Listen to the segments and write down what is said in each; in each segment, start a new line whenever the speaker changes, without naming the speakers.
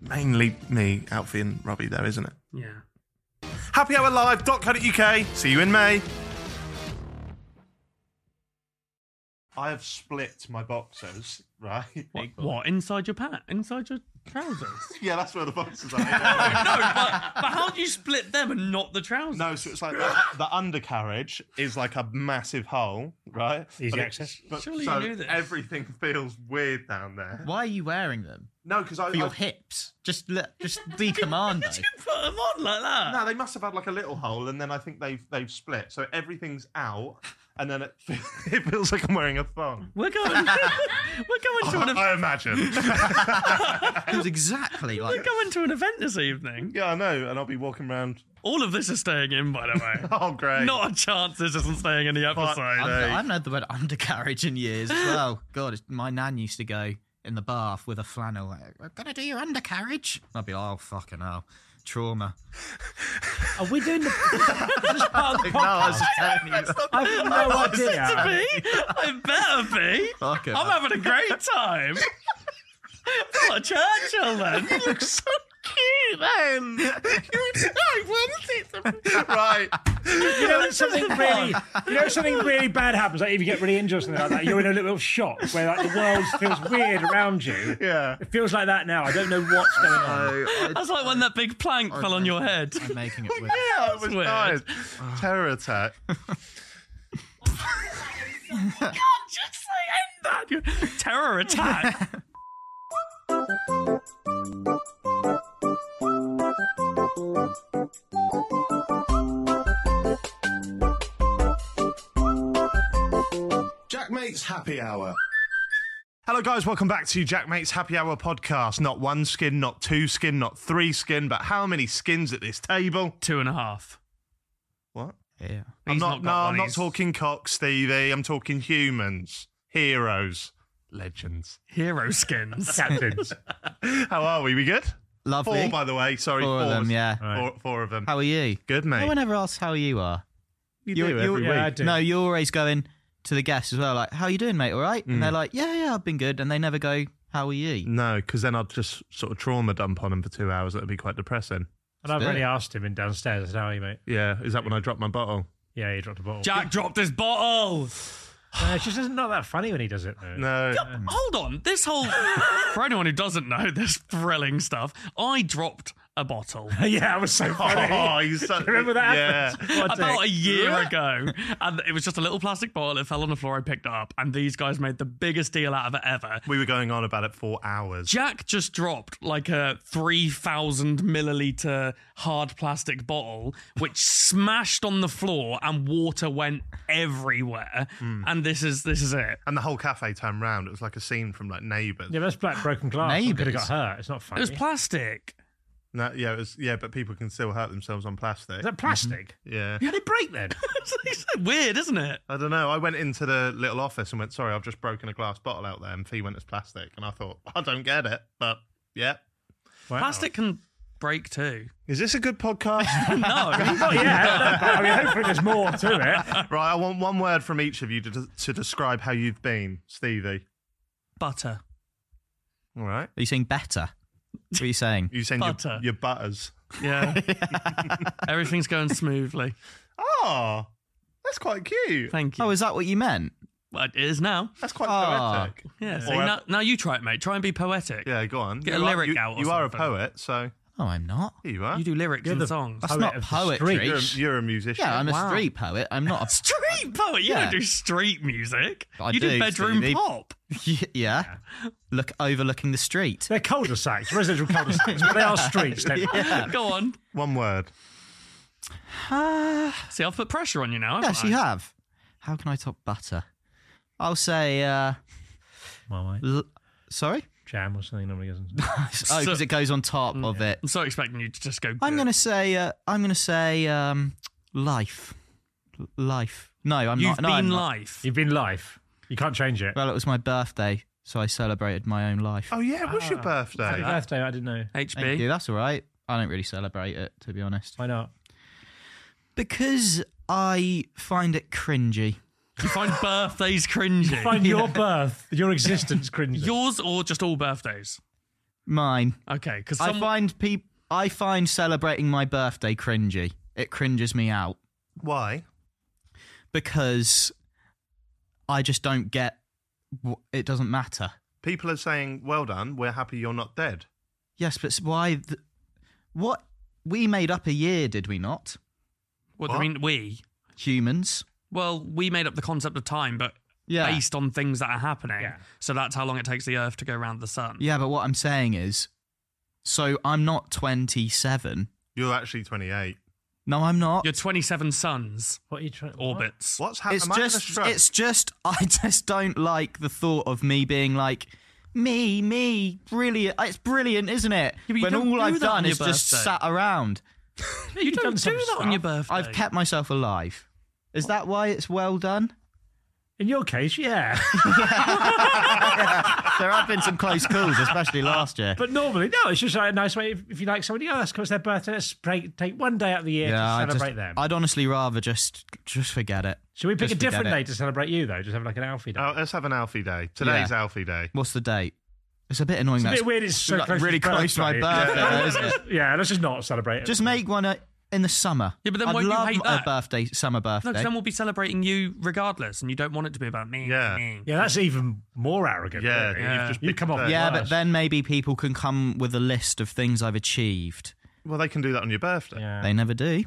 Mainly me, Alfie, and Robbie, though, isn't it?
Yeah.
happyhourlive.co.uk. See you in May. I have split my boxers, right?
What, what? Inside your pant? Inside your trousers?
Yeah, that's where the boxers are.
no, but, but how do you split them and not the trousers?
no, so it's like the, the undercarriage is like a massive hole, right?
Easy
it-
access.
but
Surely you
so
knew this.
everything feels weird down there.
Why are you wearing them?
No, because I,
For your
I
hips. Just look, just the commando.
Did you put them on like that?
no, they must have had like a little hole, and then I think they've they've split, so everything's out, and then it, it feels like I'm wearing a thong.
We're going. we're going to an. ev-
I imagine.
It was exactly
We're
like
going to an event this evening.
yeah, I know, and I'll be walking around.
All of this is staying in, by the way.
Oh, great!
Not a chance this isn't staying in the
Fuck.
episode.
I've, I've not heard the word undercarriage in years. Oh God, it's, my nan used to go in the bath with a flannel. Like, I'm gonna do your undercarriage. I'd be like, oh fucking hell, trauma.
Are we doing the, this is part of the
No, I
podcast?
was just telling you.
I have no
to
idea.
be. It better be.
Fuck it.
I'm having a great time. I'm not Churchill then. You look so cute then.
right.
You know when something really, you know something really bad happens. Like if you get really injured or something like that, you're in a little shock where like the world feels weird around you.
Yeah.
It feels like that now. I don't know what's going on.
That's like when that big plank fell on your head.
I'm making it weird.
Yeah, it was
weird.
nice. Terror attack.
Terror attack.
Jack Mate's Happy Hour. Hello, guys. Welcome back to Jack Mate's Happy Hour podcast. Not one skin, not two skin, not three skin, but how many skins at this table?
Two and a half.
What?
Yeah.
I'm
He's
not.
got
no, I'm
one,
not
he's-
talking cock, Stevie. I'm talking humans, heroes, legends.
hero skins.
Captains.
How are we? We good?
Lovely.
Four, by the way. Sorry,
Four
four,
of them,
was-
yeah.
Four, four of them.
How are you?
good,
No
mate.
one ever asks how you are.
You
you're-
do
you're-
every
yeah, I
week.
do.
No, you're always going to the guests as well. Like, how you doing, mate? All right? And they're
Mm.
like, yeah, yeah, I've been good. And they never go, how are you?
No, because then I'd just sort of trauma dump on him for two hours. That'd be quite depressing.
And I've
Yeah.
already asked him in downstairs. I said, How are you, mate?
Yeah, is that when I dropped my bottle?
Yeah, he dropped a bottle.
Jack dropped his bottle.
Uh, it's just not that funny when he does it. Though.
No.
Hold on. This whole. For anyone who doesn't know this thrilling stuff, I dropped a bottle.
yeah, I was so funny.
Oh, he's so,
Remember that?
Yeah.
What
About a
dick.
year ago, and it was just a little plastic bottle. It fell on the floor. I picked it up, and these guys made the biggest deal out of it ever.
We were going on about it for hours.
Jack just dropped like a 3,000 milliliter hard plastic bottle, which smashed on the floor and water went everywhere. And this is this is it.
And the whole cafe turned round. It was like a scene from like Neighbours.
Yeah, that's black broken glass. Could have got
Neighbours.
hurt. It's not funny.
It was plastic.
No, yeah, it was, yeah, but people can still hurt themselves on plastic.
Is that plastic?
Yeah.
Did it break then?
it's weird, isn't it?
I don't know. I went into the little office and went, sorry, I've just broken a glass bottle out there. And Fee went, it's plastic. And I thought, I don't get it. But yeah.
Wow.
Plastic can break too. Oh,
Is this a good podcast?
No.
Not yet. no, but I mean, hopefully there's more to it.
right. I want one word from each of you to, to describe how you've been, Stevie.
Butter.
All right.
Are you saying better? What are you saying?
You saying your-
Butter.
your butters.
Yeah. Everything's going smoothly.
Oh, that's quite cute.
Thank you.
oh, is that what you meant?
Well, it is now.
That's quite
Ah.
poetic.
Yeah. See,
Or-
now, now you try it, mate. Try and be poetic.
Yeah, go on.
Get a
You are-
lyric
you,
out or
You are a
something.
poet, so
Oh, I'm not.
here you are.
You do lyrics
You're
and
the-
songs.
That's
Poet
not
of the
poetry.
street.
You're, a, you're a musician.
Yeah, I'm a
Wow.
street poet. I'm not a.
Street poet. You
Yeah.
don't do street music.
I
you do,
do,
bedroom
Stevie.
pop.
yeah. Look, overlooking the street.
They're cul-de-sacs, residential cul-de-sacs, but they are streets. They're
Go on.
One word.
Ah.
See, I've put pressure on you now. haven't
Yes, you
I?
have. How can I top butter? I'll say, uh,
My way.
l- sorry?
jam or something normally doesn't. it?
Oh, because it goes on top of it.
I'm so expecting you to just go.
I'm
"Good."
gonna say. Uh, I'm gonna say. Um, life. L- Life. No, I'm
You've
not. No,
been
I'm not.
life.
You've been life. You can't change it.
Well, it was my birthday, so I celebrated my own life.
Oh yeah, it was your
Ah, Happy
birthday.
birthday! I didn't know.
Thank you.
HB.
That's all right. I don't really celebrate it, to be honest,
Why not?
because I find it cringy.
You find birthdays cringy.
Find your birth, your existence cringy.
Yours or just all birthdays?
Mine.
Okay, because
I find peop- I find celebrating my birthday cringy. It cringes me out
Why?
because I just don't get. wh- It doesn't matter.
People are saying, "Well done, we're happy you're not dead."
Yes, but s- why? Th- what we made up a year, did we not?
what do you
What?
mean we?
Humans.
Well, we made up the concept of time, but
Yeah.
based on things that are happening.
Yeah.
So that's how long it takes the Earth to go around the sun.
Yeah, but what I'm saying is, so I'm not 27.
You're actually 28.
No, I'm not.
Your 27 suns
What are you trying? What?
orbits.
What's happening?
it's just, it's just, I just don't like the thought of me being like, me, me, brilliant. It's brilliant, isn't it?
but you
when
don't
all
do
I've
that on
done
your
is just
birthday.
sat around.
You
done
don't do
some
that on your
stuff.
birthday.
I've kept myself alive. Is that why it's well done?
In your case, yeah,
There have been some close calls, especially last year.
but normally no. It's just like a nice way. If, if you like somebody oh, else, because their birthday, let's break, take one day out of the year
I
to celebrate
just,
them.
I'd honestly rather just just forget it.
Should we pick
just
a different
forget
day
it.
to celebrate you though? Just have like an Alfie day.
Oh, let's have an Alfie day. Today's Alfie day.
What's the date? It's a bit annoying.
it's a
that
bit weird. It's so
like,
close
really
to
close to my birthday, though, isn't it?
Yeah, let's just not celebrate it.
Just make one uh, in the summer.
Yeah, but then
I'd
won't you
love
hate
a
that?
birthday, summer
No,
birthday.
because then we'll be celebrating you regardless, and you don't want it to be about me.
Yeah.
me.
yeah, that's even more arrogant.
Yeah,
really.
you've
Yeah.
just
You
picked
come
the
up
third
with
yeah,
one.
but then maybe people can come with a list of things I've achieved.
well, they can do that on your birthday.
Yeah.
They never do.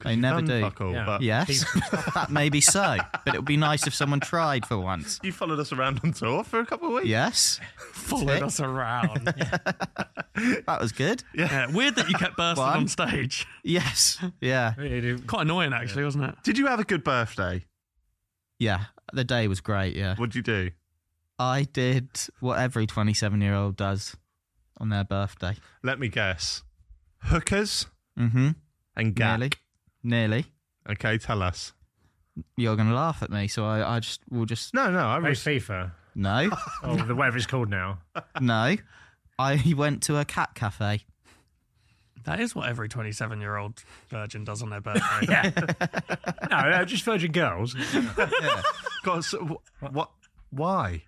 'Cause
They
you've
never
done
do.
fuck all,
Yeah.
but
Yes, that may be so, but it would be nice if someone tried for once.
You followed us around on tour for a couple of weeks.
Yes,
Followed us around.
that was good.
yeah. Weird that you kept bursting
One.
on stage.
Yes, yeah,
They do.
Quite annoying, actually, wasn't it?
Did you have a good birthday?
yeah. The day was great. Yeah,
What'd you do?
I did what every twenty-seven-year-old does on their birthday.
Let me guess. Hookers
Mm-hmm.
and gag.
Nearly, nearly.
Okay, tell us.
You're gonna laugh at me, so I, I just will just
No, no, I
Play
was.
FIFA.
no,
Oh, the whatever it's called now.
no. I went to a cat cafe.
That is what every 27 year old virgin does on their birthday.
Yeah. no, no, just Virgin Girls.
God, so, wh- what? Why?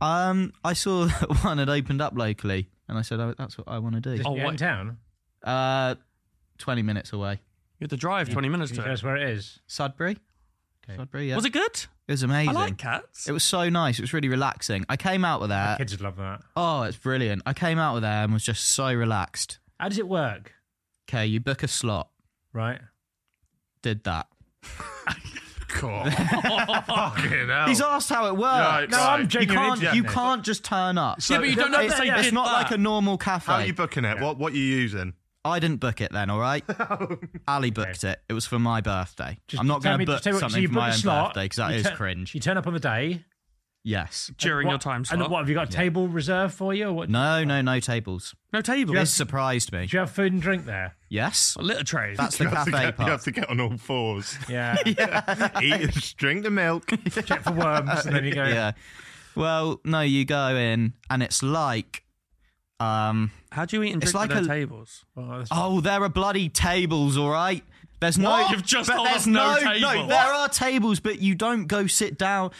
Um, I saw that one had opened up locally, and I said, oh, "That's what I want to do."
Oh,
Oh, in
what?
town.
Uh, twenty minutes away,
You had to drive 20 minutes
Can you
to
tell
it.
us where it is?
Sudbury.
Okay.
Sudbury, yeah.
Was it good?
It was amazing.
I like cats.
it was so nice. It was really relaxing. I came out with that.
Kids would love that.
Oh, it's brilliant. I came out with there and was just so relaxed.
How does it work?
Okay, you book a slot.
Right.
Did that.
God. Fucking hell.
He's
Oh.
asked how it
Right,
worked.
No, I'm right.
you
genuinely
can't.
interested.
You can't just turn up.
So-
yeah, but you don't have to
It's-
say
it's
did
not
that.
like a normal cafe.
How are you booking it? What What are you using?
I didn't book it then, all right?
Oh,
Ali booked it. It was for my birthday.
Just
I'm not
tell
going
me-
to book
just tell me- so
something
you
for
book
my
a
own
slot,
birthday because that
you
is
turn-
cringe.
You turn up on the day.
Yes.
During
What-
your time slot.
And what, have you got a table reserved for you? Or what?
No, no, no tables.
No table.
This surprised me.
Do you have food and drink there?
Yes.
Litter trays.
That's the
You have to
cafe
get- You have
part.
to get on all fours.
Yeah.
Eat, drink the milk.
Check for worms and then you go.
Yeah. Well, no, you go in and it's like, um,
How do you eat and
It's
drink like
like
their
a-
tables?
"Oh, that's-
oh, there are bloody tables, all right. There's no.
You've just
but
told
there's
us no
No,
table.
there are tables, but you don't go sit down.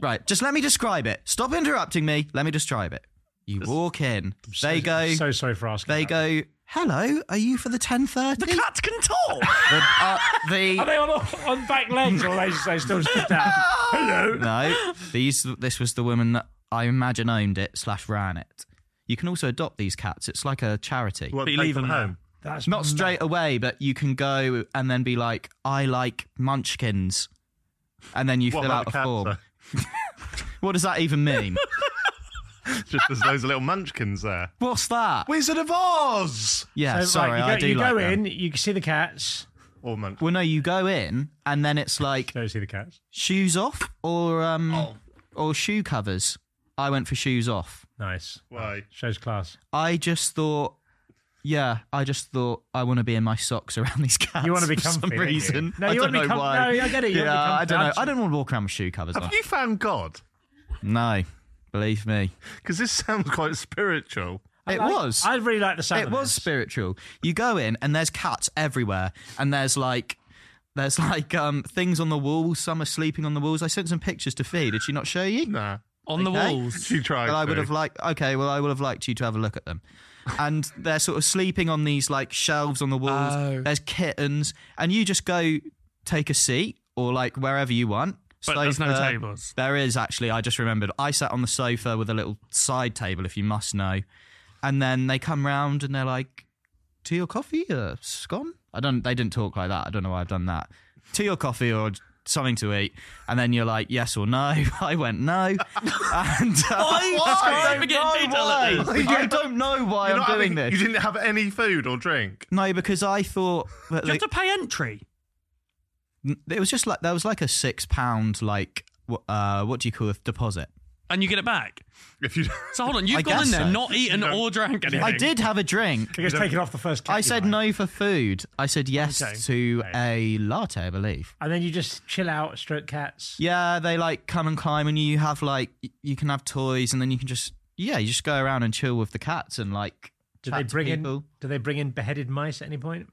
Right. Just let me describe it. Stop interrupting me. Let me describe it. You walk in. They go.
So sorry for asking.
They
that.
go. Hello, are you for the ten thirty? The,
Cats can talk.
uh,
Are
the
they on, on back legs or are they, they still stood down? Hello.
no. These. This was the woman that I imagine owned it slash ran it. You can also adopt these cats. It's like a charity.
What,
But you
take
leave
them
them
home.
That's
Not
mad.
straight away, but you can go and then be like, I like munchkins. And then you
What
fill
about
out
the
a
cats?
form.
though?
What does that even mean?
Just there's those little munchkins there.
What's that?
Wizard of Oz.
Yeah,
So,
sorry,
right, you go,
I do
you
like
go
them.
in, you can see the cats.
Or munch.
Well, no, you go in and then it's like
Don't see the cats. Oh.
shoes off or um or shoe covers. I went for shoes off.
Nice.
Why?
Shows class.
I just thought, yeah, I just thought I want to be in my socks around these cats.
You wanna be
for
comfy,
some
don't you?
reason.
No,
I
you
don't
wanna be
know
com-
why.
no, I get it, you wanna be
yeah, I don't know.
comfy.
I don't want to walk around with shoe covers.
Have
on.
you found God?
No, believe me,
Because this sounds quite spiritual.
it
Like,
was.
I really like the sound.
it
of
was
this.
spiritual. You go in and there's cats everywhere, and there's like. There's like um, things on the walls. Some are sleeping on the walls. I sent some pictures to Fee. Did she not show you?
Nah.
On the
Okay.
walls.
She tried.
Well, I
to.
would have liked. Okay, well, I would have liked you to have a look at them. And they're sort of sleeping on these like shelves on the walls.
Oh.
There's kittens, and you just go take a seat or like wherever you want.
But there's no
Sofa.
tables.
There is actually. I just remembered. I sat on the sofa with a little side table, if you must know. And then they come round and they're like, "Tea or coffee? Uh, scone?" I don't. They didn't talk like that. I don't know why I've done that. Tea or coffee or something to eat. And then you're like, "Yes or no?" I went no. and uh,
Why?
I don't
Forget
know
detail
why.
it
I don't know why
You're
I'm
not
doing
having-
this.
You didn't have any food or drink.
no, because I thought that
Do you
like,
have to pay entry?
it was just like there was like a six pound like wh- uh, what do you call a deposit.
And you get it back.
If you
So hold on,
I
you've gone in
guess
there,
so.
not eaten
No.
or drank anything.
I did have a drink.
Because taking off the first. cat
I
you
said
like.
no for food. I said yes
Okay.
to a latte, I believe.
and then you just chill out, stroke cats.
Yeah, they like come and climb, and you have like y- you can have toys, and then you can just yeah, you just go around and chill with the cats and like.
Do
chat
they
to
bring in?
people.
Do they bring in beheaded mice at any point?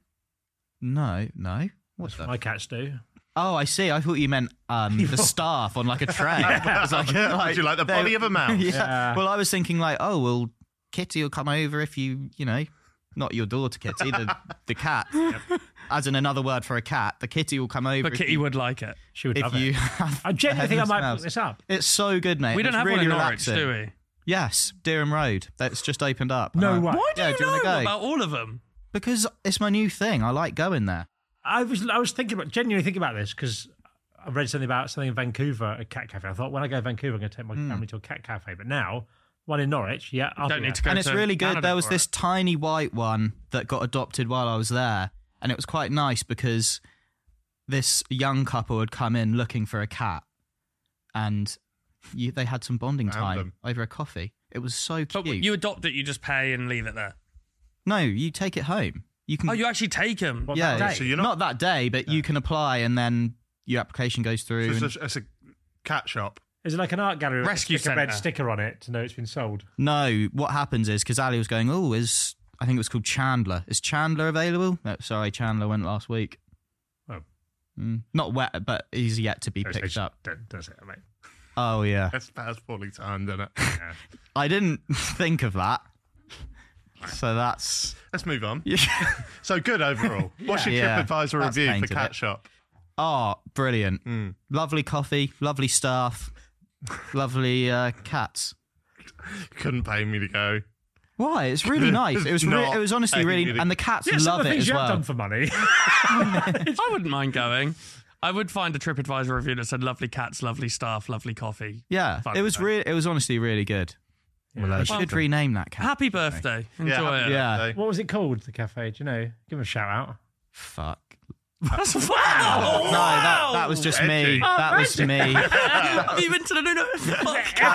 No, no. What the?
My cats do.
oh, I see. I thought you meant um, the staff on like a tray. I was like,
Would you like the
they-
body of a mouse?
yeah.
Yeah.
Well, I was thinking like, oh well, Kitty will come over if you, you know, not your daughter Kitty, the the cat. As in another word for a cat, the kitty will come over.
But
if
Kitty
you-
would like it.
She would
if
love
you
it.
have
I genuinely think I
headless
might
mouse.
put this up.
It's so good, mate.
We don't
It's
have
really
one in Norwich,
relaxing.
do we?
Yes, Deerham Road. That's just opened up.
No
Uh,
way. Why
yeah, do you want to go?
about all of them?
Because it's my new thing. I like going there.
I was I was thinking about genuinely thinking about this because I read something about something in Vancouver, a cat cafe. I thought when I go to Vancouver, I'm going to take my
Hmm.
family to a cat cafe. But now one in Norwich, yeah, I'll
Don't
do
need
that.
to go
and it's
to
really good.
Canada
There was
for it.
this tiny white one that got adopted while I was there, and it was quite nice because this young couple had come in looking for a cat, and you, they had some bonding
Found
time
them.
over a coffee. It was so
But
cute.
you adopt it, you just pay and leave it there.
no, you take it home. You can.
Oh, you actually take him.
What,
yeah,
that day?
So you're not-
not, that day, but you can apply, and then your application goes through.
It's
and-
a, it's a cat shop.
Is it like an art gallery? with a
Rescue
stick a red
centre.
sticker on it to know it's been sold.
No, what happens is because Ali was going, oh, is I think it was called Chandler. Is Chandler available? No, sorry, Chandler went last week.
Oh.
Mm, not wet, but he's yet to be
Those
picked
things-
up.
don't- don't say that, mate.
Oh yeah,
That's that's poorly timed, isn't it?
I didn't think of that. So that's
Let's move on. So good overall. What's your
Yeah.
TripAdvisor
That's
review for
painted
cat
it.
shop?
oh brilliant, lovely coffee, lovely staff, lovely uh, cats.
Couldn't pay me to go.
Why? It's really nice. It was re-
Not
it was honestly really,
anything.
and the cats
Yeah, some
love
of the
it
things
as
you have
well.
done for money.
I wouldn't mind going. I would find a TripAdvisor review that said lovely cats, lovely staff, lovely coffee.
Yeah,
Fun,
it was
though.
re- it was honestly really good. I should rename that cat.
Happy birthday. Enjoy it.
Yeah.
birthday.
what was it called? The cafe? Do you know? Give them a shout out.
Fuck.
That's wow.
No, that, that was just
Edgy.
me. that was me. That
Have you been to the Luna? Fuck.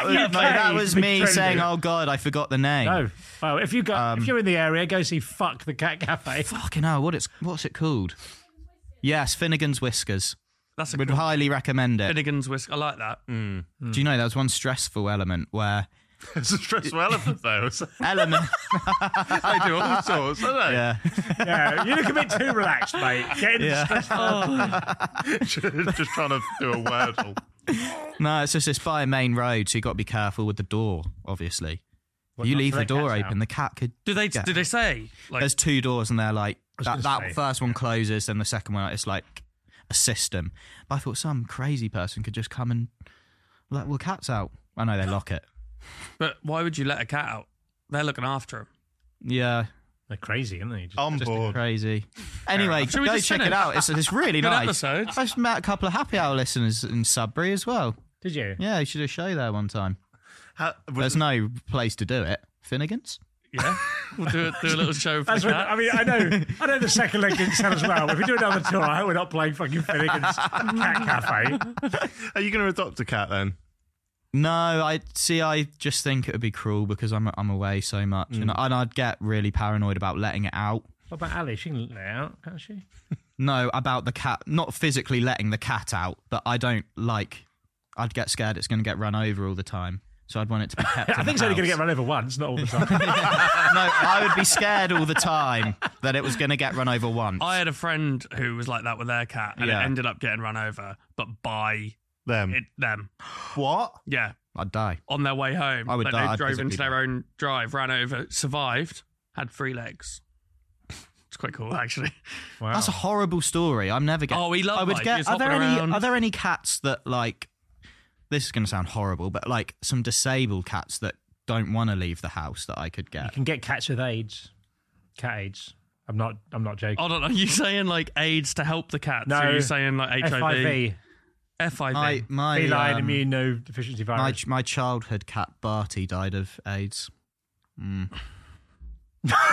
was, no, that was
Big
me
trendy.
saying, "Oh Um, God, I forgot the name."
No. Well, if you go, if you're in the area, go see Fuck the Cat Cafe.
Fucking hell, what it's what's it called? Yes, Finnegan's Whiskers.
That's a
Would
good
highly recommend it.
Finnegan's whisk. I like that.
Mm. Do you know there was one stressful element where
It's a stressful element, though. So
element?
they do all sorts, don't they?
yeah,
yeah, you look a bit too relaxed, mate. Get in
Yeah.
Just trying to do a wordle.
no, it's just it's by a main road, so you got to be careful with the door. Obviously, you
not
leave
to
the
let
door
cats
open, the cat could.
Do they?
Yeah.
Do they say like?
There's two doors, and they're like
gonna
that. that
say.
first one closes, then the second one. It's like a system. But I thought some crazy person could just come and like, well, cat's out. I know they lock it.
But why would you let a cat out? They're looking after him.
Yeah,
They're crazy, aren't they? Just-
On
just
board.
crazy. Anyway,
Should we
go
just
check it
finish?
out. It's, it's really
Good
nice.
episode.
I've met a couple of happy hour listeners in Sudbury as well.
Did you?
Yeah, you should do a show there one time.
How,
There's
was,
no place to do it. Finnegan's?
Yeah, we'll do a, do a little show for
That's
the
when,
cat.
I mean, I know, I know the second leg didn't sound as well. If we do another tour, I hope we're not playing fucking Finnegan's Cat Cafe.
are you going to adopt a cat then?
No, I see. I just think it would be cruel because I'm I'm away so much,
Mm.
and, and I'd get really paranoid about letting it out.
What about Ali? She can let it out, can't she?
No, about the cat, not physically letting the cat out, but I don't like. I'd get scared it's going to get run over all the time, so I'd want it to be kept.
I
in
think it's
the
only going to
house.
get run over once, not all the time.
No, I would be scared all the time that it was going to get run over once.
I had a friend who was like that with their cat, and
Yeah.
it ended up getting run over, but by
Them.
it, them.
what?
Yeah,
I'd die.
on their way home,
I would
like
die.
they
I'd
drove
physically
into their own drive, ran over, survived, had three legs. It's quite cool, actually.
wow.
That's a horrible story. I'm never getting.
Oh, he loved
I would
life. He
get.
was
Are there
hopping
any?
around.
Are there any cats that like? This is going to sound horrible, but like some disabled cats that don't want to leave the house that I could
you
get.
can get cats with AIDS. Cat AIDS. I'm not. I'm not joking.
Hold on, are you saying like AIDS to help the cats?
No.
Or Are you saying like HIV?
FIV,
FIV.
My my
feline
um,
immunodeficiency
my
virus.
my childhood cat Barty died of AIDS.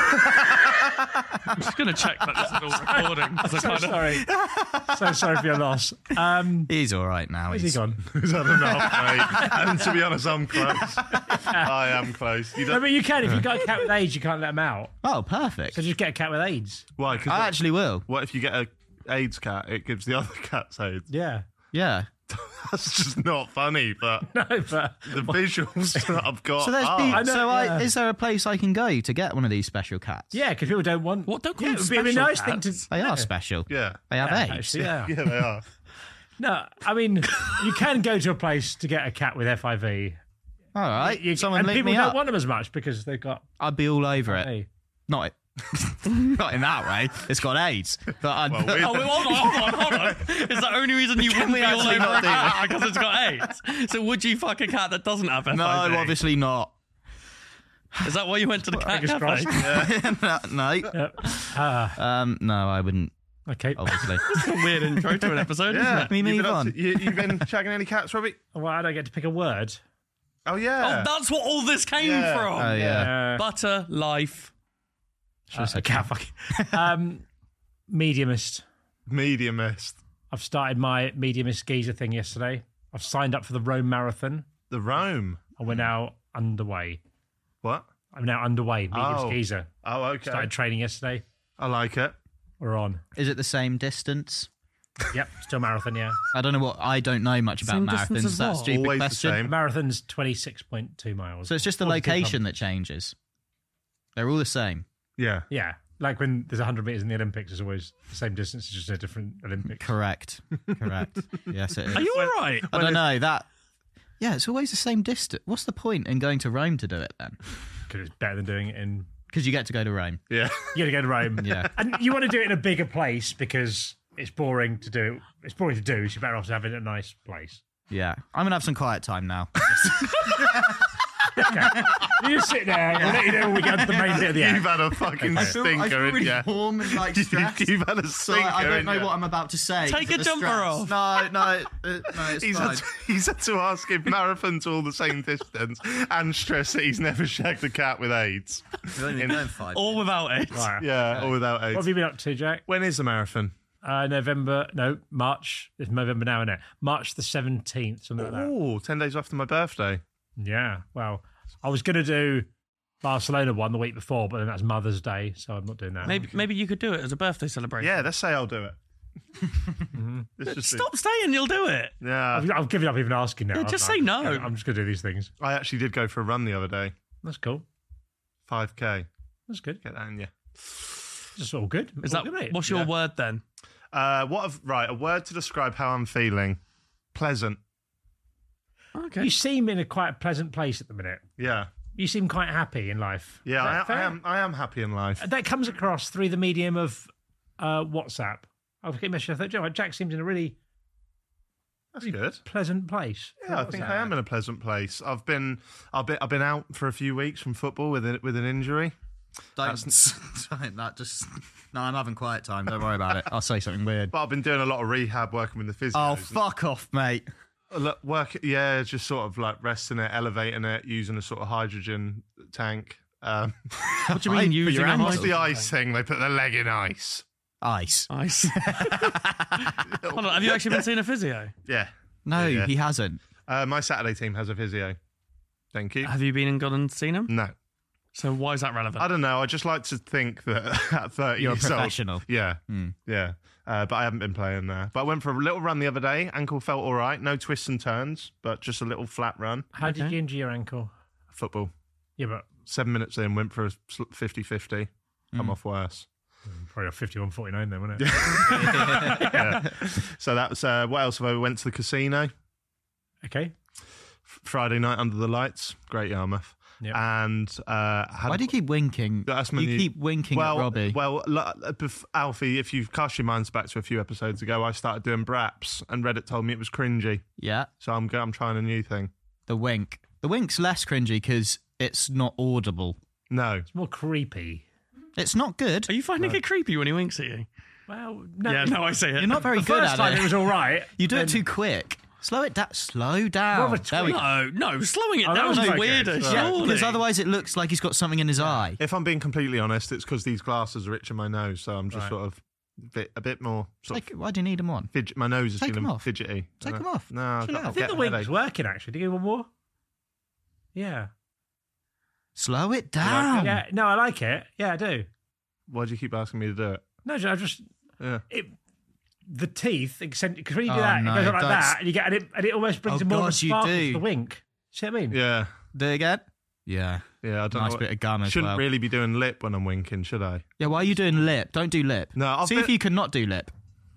I'm just going to check that this is all recording. 'cause I kinda-
sorry. so sorry for your loss. Um,
He's all right now.
where's he
He's,
gone?
Is that enough, mate? and to be honest, I'm close. I am close. You
No,
don't,
but you can. If you've got a cat with AIDS, you can't let them out.
oh, perfect.
So just get a cat with AIDS.
why? 'Cause
I
what-
actually will.
what if you get a AIDS cat? It gives the other cats AIDS.
Yeah.
Yeah.
That's just not funny. But
No, but
the visuals that I've got.
So there's
are-
pe-
Oh, ah. I know,
so
yeah.
I, is there a place I can go to get one of these special cats?
yeah, because people don't want.
What, don't call
Yeah,
them
it would be a
special
nice thing to.
They are special.
yeah,
They have
Yeah,
AIDS.
actually, yeah.
yeah, they are. Oh,
No, I mean, you can go to a place to get a cat with FIV.
All right.
You,
Someone
and
link
people
me
don't
up.
want them as much because they've got.
I'd be all over it.
Hey.
Not it. Not in that way. It's got AIDS. But I'd,
Well, we-
Oh, wait, hold on, hold on, hold on. Is the only reason you wouldn't
we
be all
actually
over
not
a
do
cat because it's got AIDS? So would you fuck a cat that doesn't have FIV?
no, obviously not.
Is that why you went to the cat
Fingers
cafe?
crossed.
no, no.
Ah,
Um, no, I wouldn't.
okay.
Obviously.
It's a weird intro to an episode,
Yeah,
isn't it?
me
You've
move
been up
on.
to- you, have been shagging any cats, Robbie?
Well, I don't get to pick a word.
Oh yeah.
Oh, that's what all this came
Yeah.
from.
Oh, yeah.
Uh,
Butter, life.
uh, cat fuck. um, mediumist.
Mediumist.
I've started my mediumist geezer thing yesterday. I've signed up for the Rome Marathon,
The Rome.
and we're now underway.
What?
I'm now underway. Mediumist
Oh.
geezer.
Oh, okay.
Started training yesterday.
I like it.
We're on.
Is it the same distance?
Yep, still marathon. Yeah,
I don't know what. I don't know much about
Same distance
marathons.
as
That's
what?
stupid
Always
question.
the same.
marathon's twenty six point two miles.
So it's just the
Positive
location
number.
that changes. They're all the same.
Yeah.
Yeah, like when there's hundred meters in the Olympics, it's always the same distance. It's just a different Olympic.
Correct. Correct. yes, it is.
Are you all right?
I don't know that. Yeah, it's always the same distance. What's the point in going to Rome to do it then?
Because it's better than doing it in.
Because you get to go to Rome.
Yeah.
You gotta go to Rome.
Yeah.
and you want to do it in a bigger place because it's boring to do. It's boring to do. So you're better off having it in a nice place.
Yeah, I'm gonna have some quiet time now.
You just sit there. We'll let you know when we get to the main bit of the
You've had
act.
a fucking stinker, in yeah.
warm and like
You've had a
So
stinker.
I, I don't
in
know
ya.
what I'm about to say.
Take
'cause
a
of the
jumper off.
stress. No, no, it- it- no. It's
He's
fine.
had, to, he's had to ask if marathons are all the same distance and stress that he's never shagged a cat with AIDS.
We've only been going five.
All without AIDS.
Right.
Yeah, or without
What have
AIDS.
you been up to, Jack?
When is the marathon?
Uh, November, no, March. It's November now, isn't it? March the 17th, something like that.
Oh, 10 days after my birthday.
Yeah. Well, I was going to do Barcelona one the week before, but then that's Mother's Day, so I'm not doing that.
Maybe maybe you could do it as a birthday celebration.
Yeah, let's say I'll do it. Mm-hmm. Let's just do-
Stop saying you'll do it.
Yeah,
I've, I've given up even asking now.
Yeah, just
haven't I?
say no.
I'm just going to do these things.
I actually did go for a run the other day.
That's cool.
5K.
That's good.
Get that in you.
It's all good.
Is
all
that
good, mate.
what's your
Yeah.
word then?
Uh, what of right? A word to describe how I'm feeling. Pleasant.
Okay.
You seem in a quite pleasant place at the minute.
Yeah,
You seem quite happy in life.
yeah.
Is that
I, I
fair? Uh,
am. I am happy in life.
That comes across through the medium of uh, WhatsApp. I was getting a message. I thought, Joe, Jack seems in a really
That's good.
pleasant place.
Yeah, I think I am in a pleasant place. I've been, I've been, I've been out for a few weeks from football with a, with an injury.
Don't, don't that just. No, I'm having quiet time. Don't worry about it. I'll say something weird.
But I've been doing a lot of rehab, working with the physio.
Oh fuck off, mate.
Look, work, yeah, just sort of like resting it, elevating it, using a sort of hydrogen tank. Um,
What do you mean?
But
Using
you're
a
in
high
what's the
school
ice thing? They put their leg in ice.
Ice.
Ice. Hold on, have you actually been seeing a physio?
Yeah.
No,
Yeah.
he hasn't.
Uh, my Saturday team has a physio. Thank you.
Have you been and gone and seen him?
No,
So why is that relevant?
I don't know. I just like to think that at 30
You're a
years old-
professional. Hmm.
yeah, yeah. Uh, but I haven't been playing there. But I went for a little run the other day. Ankle felt all right. No twists and turns, but just a little flat run.
How did
Okay.
you injure your ankle?
Football.
Yeah, but
Seven minutes in, went for a sl- 50-50.
Hmm.
Come off worse.
probably a 51 49 then, wasn't it?
Yeah. so that's uh, what else have I went to the casino
okay.
F- Friday night under the lights. Great Yarmouth.
Yep.
And uh, had
Why do you keep winking?
That's my
you
new-
keep winking
well,
at Robbie.
Well, l- bef- Alfie, if you've cast your minds back to a few episodes ago, I started doing braps, and Reddit told me it was cringy.
yeah,
So I'm go- I'm trying a new thing.
the wink. The wink's less cringy because it's not audible.
No,
It's more creepy.
It's not good.
Are you finding it creepy when he winks at you?
Well, no.
yeah, no, I see it.
You're not very
the
good
first
at
time
it.
it was all right.
You do
then-
it too quick. Slow it down. Slow down.
Well, the
There we go.
No, no, slowing it
Oh, that
down
was
is
very
weirder.
good.
Yeah,
surely.
because otherwise it looks like he's got something in his eye.
if I'm being completely honest, it's because these glasses are itching my nose, so I'm just
Right.
sort of bit, a bit more sort
Like, why do you need him on?
of fidget. My nose is
Take 'em
feeling
off.
fidgety.
Take
No,
'em off.
No, I
Chill
got-
out.
I
I think
get
the
a
wink's
headache.
working, actually. Do you get one more? Yeah.
Slow it down.
Yeah. No, I like it. Yeah, I do.
Why do you keep asking me to do it?
No, I just
Yeah.
it, the teeth because when you do
Oh,
that,
no,
it goes on like
that's-
that, and you get and it, and it almost brings
Oh,
a more of a
God, you
sparkle
do.
to the wink. See what I mean?
Yeah,
Do it again. Yeah.
yeah. I don't
Nice
know. what-
bit of gum as
Shouldn't
well.
really be doing lip when I'm winking, should I?
Yeah, why are you doing lip? Don't do lip.
No, I've
See if
been-
you can not do lip.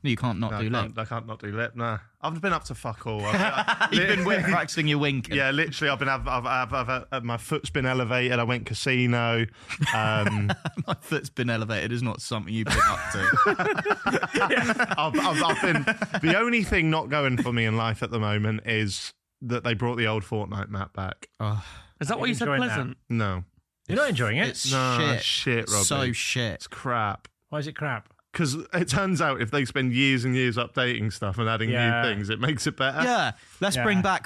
No, you can't not
No,
do
I,
lip.
can't, I can't not do lip. Nah, I've been up to fuck all. I've-
You've been win- practicing your winking.
Yeah, literally, I've been. I've, I've, I've, I've, uh, my foot's been elevated. I went casino. Um,
My foot's been elevated is not something you've been up to.
I've, I've, I've been. The only thing not going for me in life at the moment is that they brought the old Fortnite map back.
oh,
is that what you said?
enjoying that.
Pleasant.
No,
You're not enjoying it.
it's
no,
shit.
shit, Robbie.
So shit.
it's crap.
Why is it crap?
Because it turns out if they spend years and years updating stuff and adding
Yeah.
new things, it makes it better.
Yeah, let's
Yeah.
bring back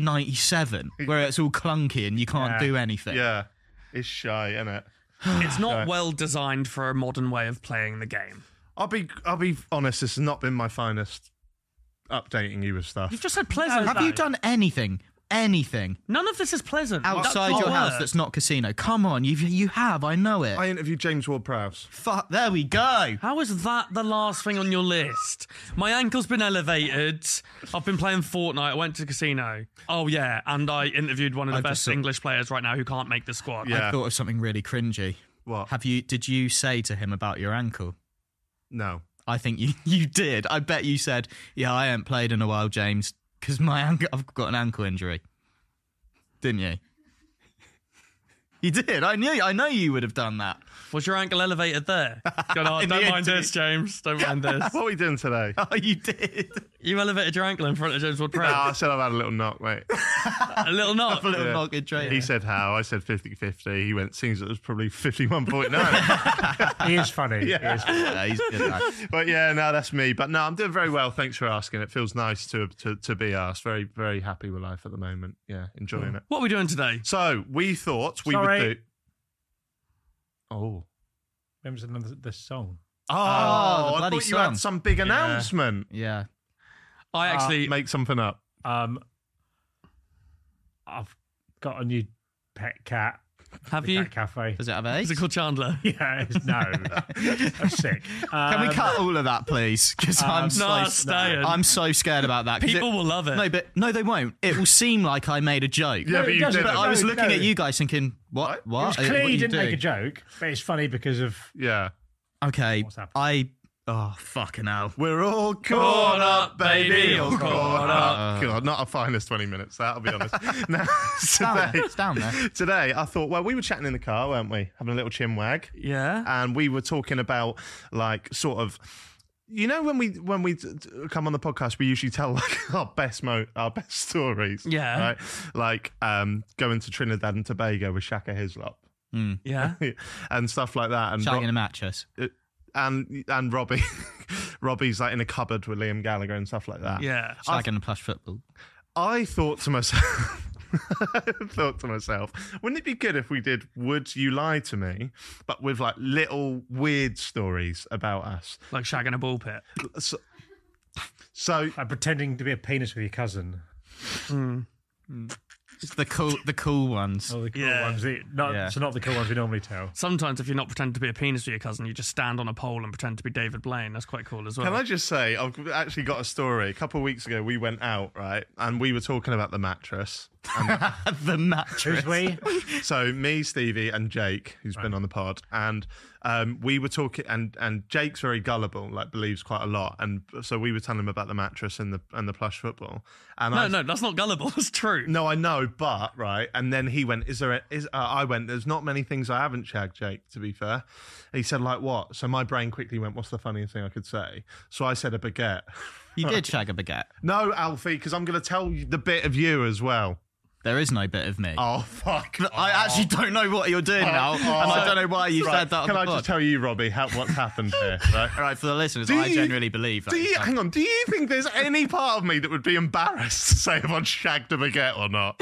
97, where it's all clunky and you can't
Yeah.
do anything.
Yeah. it's shy, isn't it?
It's not well designed for a modern way of playing the game.
I'll be. I'll be honest. This has not been my finest updating you with stuff.
You've just said pleasant.
Have
though.
you done anything? Anything
None of this is pleasant.
outside
That's
your
not
house
work.
that's not casino? Come on, you you have. I know it.
I interviewed James Ward Prowse.
Fuck. There we go.
How is that the last thing on your list? My ankle's been elevated. I've been playing Fortnite. I went to the casino. Oh yeah, and I interviewed one of the
I just
best
saw-
English players right now who can't make the squad.
Yeah.
I thought of something really cringy.
What?
Have you? Did you say to him about your ankle?
No.
I think you you did. I bet you said, "Yeah, I haven't played in a while, James, because my ankle, I've got an ankle injury." Didn't you? You did. I knew. I know you would have done that.
Was your ankle elevated there? Good, oh,
In
don't
the
mind this, James. Don't mind this.
What are we doing today?
Oh, you did.
You elevated your ankle in front of James Wood
No, Ah, I
Prowse.
said I've had a little knock, mate.
a little knock.
A little
Yeah.
knock in training.
He said how. I said 50 50. He went, seems it was probably 51.9.
He is funny. He is funny.
Yeah, he's good. at that.
but yeah, no, that's me. But no, I'm doing very well. Thanks for asking. It feels nice to, to, to be asked. Very, very happy with life at the moment. Yeah, enjoying it.
What are we doing today?
So we thought we
Sorry.
would do. Oh.
Remember another the song.
Oh,
the
I thought
bloody
you
song.
had some big announcement.
Yeah.
Ah,
I actually,
Uh, Make something up.
Um, I've got a new pet cat.
have
The
you?
Cat cafe.
Does it have eight?
Is it called Chandler?
Yeah, it's, no, I'm sick.
Can we
Um,
cut all of that, please? Because I'm so
No,
s-
stay in.
I'm so scared about that. 'cause
People
it-
will love it.
No, but no, they won't. It will seem like I made a joke.
Yeah, but
it
you
doesn't.
didn't.
But I was
No,
looking
no.
at you guys thinking, what?
It
What?
was
Uh,
clear
what
you
you
didn't make a
doing?
joke, but it's funny because of
Yeah.
Okay.
What's happened?
I. Oh, fucking hell.
We're all
Caught up, baby, all caught
up. Uh, God, not our finest 20 minutes, that, I'll be honest. now,
down
today,
there. It's down there.
today, I thought, well, we were chatting in the car, weren't we? Having a little chin wag.
Yeah.
And we were talking about, like, sort of. You know when we when we t- t- come on the podcast, we usually tell like our best mo our best stories.
Yeah.
right. Like um, going to Trinidad and Tobago with Shaka Hislop
Yeah.
and stuff like that. And Ro-
Shagging a mattress.
and and Robbie, Robbie's like in a cupboard with Liam Gallagher and stuff like that.
Yeah.
Shagging a plush football.
I thought to myself, thought to myself, wouldn't it be good if we did "Would You Lie to Me," but with like little weird stories about us.
Like shagging a ball pit.
So, so
like, pretending to be a penis with your cousin.
It's the cool, the cool ones.
Oh, the cool
Yeah.
ones. that- not,
Yeah.
So not the cool ones we normally tell.
Sometimes, if you're not pretending to be a penis for your cousin, you just stand on a pole and pretend to be David Blaine. That's quite cool as well.
Can I just say, I've actually got a story. A couple of weeks ago, we went out, right? And we were talking about the mattress.
the mattress.
Who's we?
so me, Stevie, and Jake, who's been on the pod, and um, we were talking, and and Jake's very gullible, like believes quite a lot, and so we were telling him about the mattress and the and the plush football, and
no,
I, Mm,
no, that's not gullible. That's true.
no, I know, but right, and then he went, is there? A, is uh, I went, there's not many things I haven't shagged, Jake. To be fair, he said like what? So my brain quickly went, what's the funniest thing I could say? So I said a baguette.
You did shag a baguette.
No, Alfie, because I'm going to tell you the bit of you as well.
There is no bit of me.
Oh fuck!
I actually don't know what you're doing now, and I don't know why you
Right,
said that. On
Can
the
I
pod.
just tell you, Robbie, how, what's happened here? Right?
All right, for the listeners,
Do
I
you-
generally believe that.
Do
you
you,
said-
hang on, do you think there's any part of me that would be embarrassed to say if I'd shagged a baguette or not?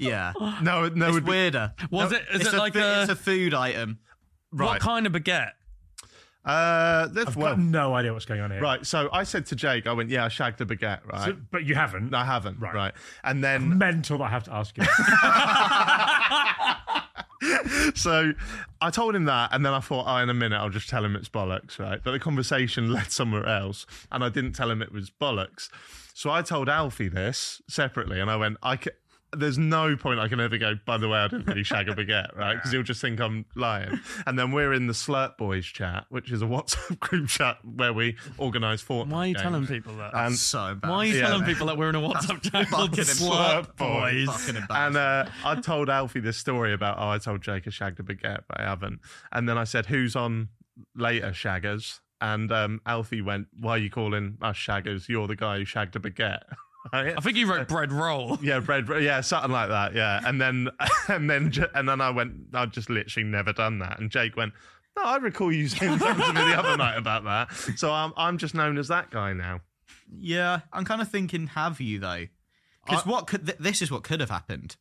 yeah,
No, no,
it's
would be,
weirder.
Was it? Is
it's
it
a
like
fu-
a,
it's a food item?
what
right.
kind of baguette?
Uh, that's
I've
well,
got no idea what's going on here.
right. So I said to Jake, I went, yeah, I shagged a baguette, right?
So- but you haven't.
No, I haven't, right.
Right.
And then
Mental that I have to ask you.
So I told him that, and then I thought, oh, in a minute, I'll just tell him it's bollocks, right? But the conversation led somewhere else, and I didn't tell him it was bollocks. So I told Alfie this separately, and I went, I ca There's no point I can ever go. By the way, I didn't really shag a baguette, right? Because he'll just think I'm lying. And then we're in the Slurp Boys chat, which is a WhatsApp group chat where we organise Fortnite.
Why are you
games.
telling people that?
And
So
Why are
embarrassing.
you
Uh, Yeah.
telling people that we're in a WhatsApp chat called the
fucking
Slurp
Slurp Boys.
Boys?
Fucking
And
embarrassing.
uh, I told Alfie this story about, oh, I told Jake I shagged a baguette, but I haven't. And then I said, who's on later, shaggers? And um, Alfie went, why are you calling us shaggers? You're the guy who shagged a baguette. Right?
I think you wrote bread roll.
Yeah, bread, bread- yeah, something like that. Yeah, and then and then ju- and then I went. I've just literally never done that. And Jake went. No, I recall you saying something to me the other night about that. So I'm I'm just known as that guy now.
yeah, I'm kind of thinking, have you though? Because
I-
what could th- this is what could have happened.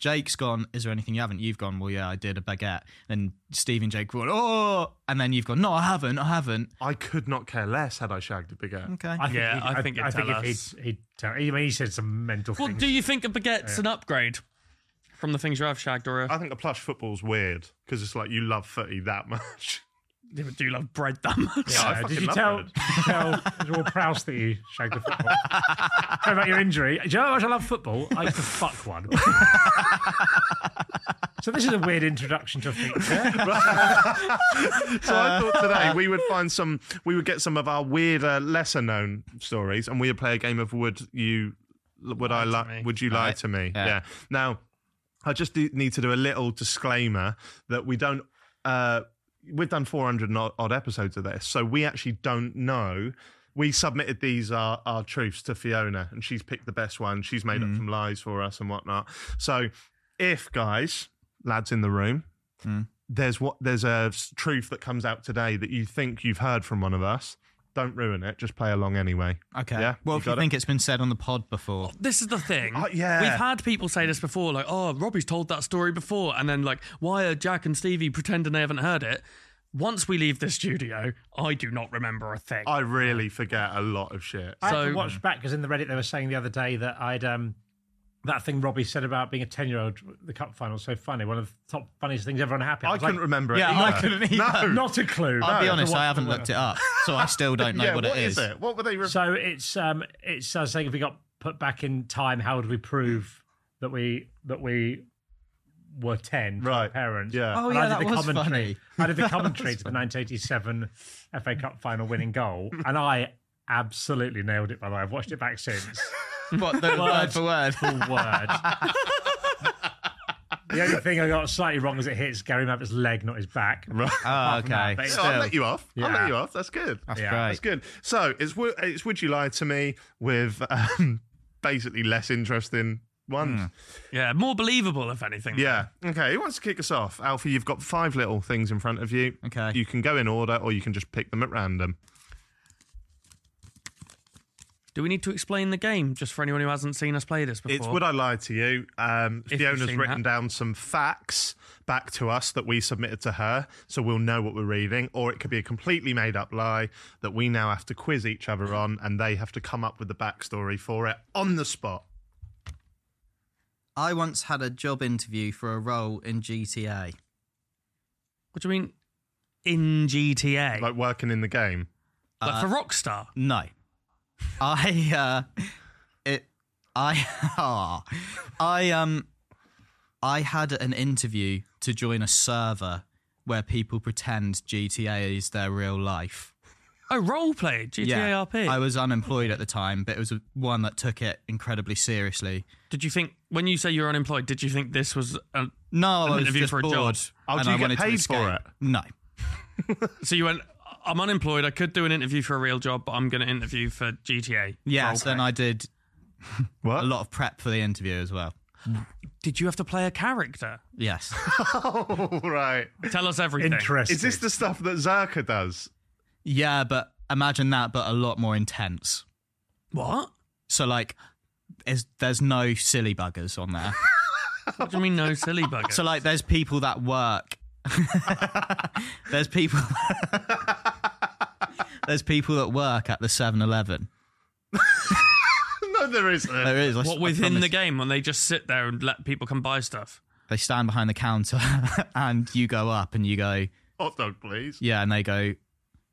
Jake's gone. Is there anything you haven't? You've gone. Well, yeah, I did a baguette. And Steve and Jake went, oh, and then you've gone. No, I haven't. I haven't.
I could not care less had I shagged a baguette.
Okay.
I think
Yeah,
he'd-
I think he'd
I think
tell
if
us.
he'd, he'd tell. I mean, he said some mental
Well,
things.
do you think a baguette's an upgrade from the things you have shagged, or a,
I think the plush football's weird because it's like you love footy that much.
Yeah, but do you love bread that much?
Yeah, I
Uh,
fucking
did you
love
tell,
bread.
did you tell Joel Prowse that you shagged the football? Tell about your injury. Do you know how much I love football? I used to fuck one. so this is a weird introduction to a feature.
so I thought today we would find some, we would get some of our weirder, lesser known stories, and we would play a game of Would You, Would I Lie,
me.
Would You Lie
Right.
to Me? Yeah.
Yeah.
Now, I just do, need to do a little disclaimer that we don't, uh, we've done 400 and odd, odd episodes of this, so we actually don't know. We submitted these our, our truths to Fiona, and she's picked the best one. She's made up some lies for us and whatnot. So, if guys, lads in the room, there's what there's a s- truth that comes out today that you think you've heard from one of us. Don't ruin it. Just play along anyway.
Okay.
Yeah,
Well,
you
if you
got it?
think it's been said on the pod before,
This is the thing.
Oh, yeah.
We've had people say this before, like, oh, Robbie's told that story before. And then, like, why are Jack and Stevie pretending they haven't heard it? Once we leave this studio, I do not remember a thing.
I really forget a lot of shit.
I had to
So-
watch back because in the Reddit they were saying the other day that I'd um that thing Robbie said about being a ten year old the cup final was so funny. One of the top funniest things ever on Happy.
I
was
couldn't
like,
remember it.
Yeah,
either.
I couldn't
No.
either.
Not a clue.
I'll be
No.
honest, I haven't looked it up, so I still don't know
yeah,
what,
what is. it? What were they? Re-
So it's um it's uh, saying if we got put back in time, how would we prove that we that we were ten to our
Right.
parents?
Yeah. Oh,
And
yeah,
I
that
did the
was
commentary.
funny.
I did the commentary to the 1987 FA Cup final winning goal, and I absolutely nailed it. By the way, I've watched it back since.
What the word for word?
Full word. the only thing I got slightly wrong is it hits Gary Mabbitt's leg, not his back.
Right.
Oh,
from that,
okay.
but it's
Oh, I'll
Still,
let you off. I'll
Yeah.
let you off. That's good.
that's
Yeah.
That's good.
great.
So it's wo- it's would you lie to me with um, basically less interesting ones.
Hmm.
yeah, more believable, if anything.
Yeah. Okay. Who wants to kick us off, Alfie? You've got five little things in front of you.
Okay.
You can go in order, or you can just pick them at random.
Do we need to explain the game just for anyone who hasn't seen us play this before?
It's Would I Lie to You? Um,
you've
Fiona's
seen
written
that.
down some facts back to us that we submitted to her, so we'll know what we're reading. Or it could be a completely made up lie that we now have to quiz each other on, and they have to come up with the backstory for it on the spot.
I once had a job interview for a role in GTA.
What do you mean in GTA? Like,
Like uh, working in the game.
for Rockstar?
No. I uh it I ah, I um I had an interview to join a server where people pretend GTA is their real life.
Oh, roleplay, GTA RP.
I was unemployed at the time, but it was one that took it incredibly seriously.
did you think, when you say you're unemployed, did you think this was. A,
No,
An
I was
interview
just
for a job.
bored.
Oh,
and
do you
I
get
wanted to
paid for
escape.
it?
No.
so you went, I'm unemployed. I could do an interview for a real job, but I'm going to interview for GTA.
Yeah, so then I did
What?
a lot of prep for the interview as well.
Did you have to play a character?
Yes.
Oh, right.
Tell us everything.
Interesting.
Is this the stuff that Zerka does?
yeah, but imagine that, but a lot more intense.
What?
So like, is, there's no silly buggers on there.
What do you mean, no silly bugger?
so like, there's people that work. there's people. there's people that work at the 7-Eleven.
No, there isn't.
There is. I s-
what
I
within the
promise.
game when they just sit there and let people come buy stuff?
They stand behind the counter, and you go up, and you go,
Hot dog, please.
yeah, and they go,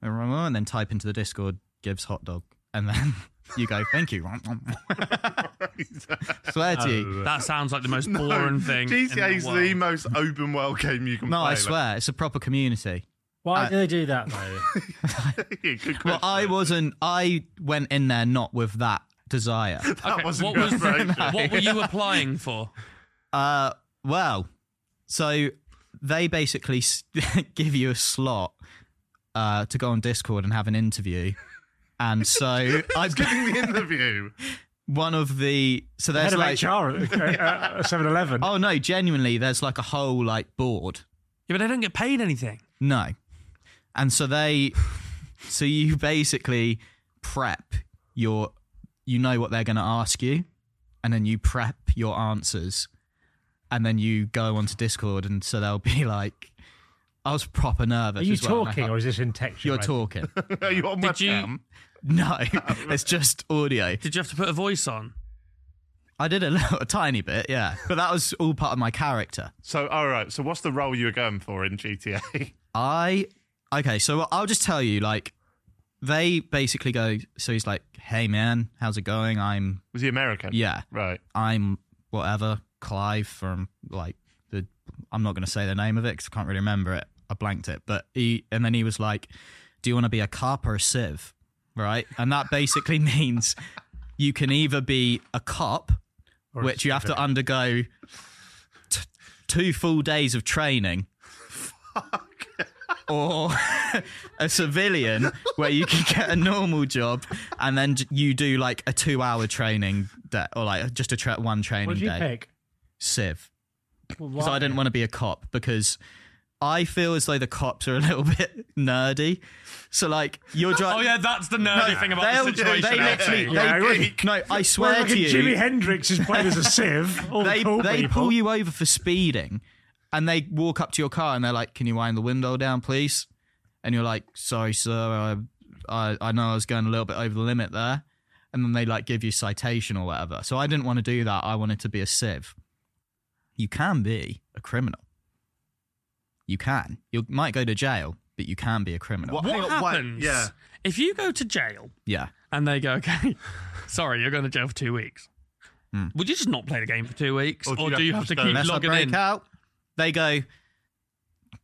"Oh," and then type into the Discord, gives hot dog, and then you go, thank you. Swear to
uh,
you.
That sounds like the most boring thing. in
GTA's
the
the,
world.
most open world game you can
No,
play.
I swear, it's a proper community. uh,
Why do they do that though?
Good question.
Well, I wasn't. I went in there not with that desire.
Okay,
wasn't
what,
your
was,
aspiration.
what were you applying for?
Uh, well, so they basically s- give you a slot uh, to go on Discord and have an interview, and so I
giving the interview.
one of the so
Head
there's
of
like
HR at 7 Eleven.
oh no, genuinely there's like a whole like board.
Yeah, but I don't get paid anything.
No. And so they so you basically prep your you know what they're going to ask you and then you prep your answers and then you go onto Discord and so they'll be like I was proper nervous.
Are you
as well, and I
talking
thought,
or is this in text?
You're
right?
talking.
Are you on
Did you-
webcam?
No, it's just audio.
Did you have to put a voice on?
I did a little a tiny bit, yeah. But that was all part of my character.
So, all right. So, what's the role you were going for in GTA?
I okay, so I'll just tell you, like they basically go. So he's like, "Hey man, how's it going? I'm
Was he American?
yeah,
Right.
I'm whatever Clive from like the. I'm not gonna say the name of it because I can't really remember it. I blanked it, but he and then he was like, "Do you want to be a cop or a civ?" Right, and that basically means you can either be a cop,
Or is
which you have to undergo t- two full days of training. Or a civilian where you can get a normal job and then j- you do like a two hour training day or like just a tra- one training
What did you
day.
pick?
Civ.
Well,
Because I didn't want to be a cop because I feel as though the cops are a little bit nerdy. So like you're driving.
Oh yeah, that's the nerdy thing about the
They'll-
situation.
They
I
literally,
think.
they-
Yeah, really.
no, I
Well,
swear to
fucking
you,
Jimi Hendrix is played as a sieve. All
they
the cool
they
people.
pull you over for speeding, and they walk up to your car and they're like, "Can you wind the window down, please?" And you're like, "Sorry, sir, I I, I know I was going a little bit over the limit there." And then they like give you citation or whatever. So I didn't want to do that. I wanted to be a civ. You can be a criminal. You can. You might go to jail, but you can be a criminal.
Hang
What
on, wait,
happens?
yeah.
If you go to jail
Yeah.
and they go, okay, sorry, you're going to jail for two weeks. Would you just not play the game for two weeks,
Or do
or,
you have
do you
to
have to
just go,
keep
Unless I
logging
break
in?
out, they go.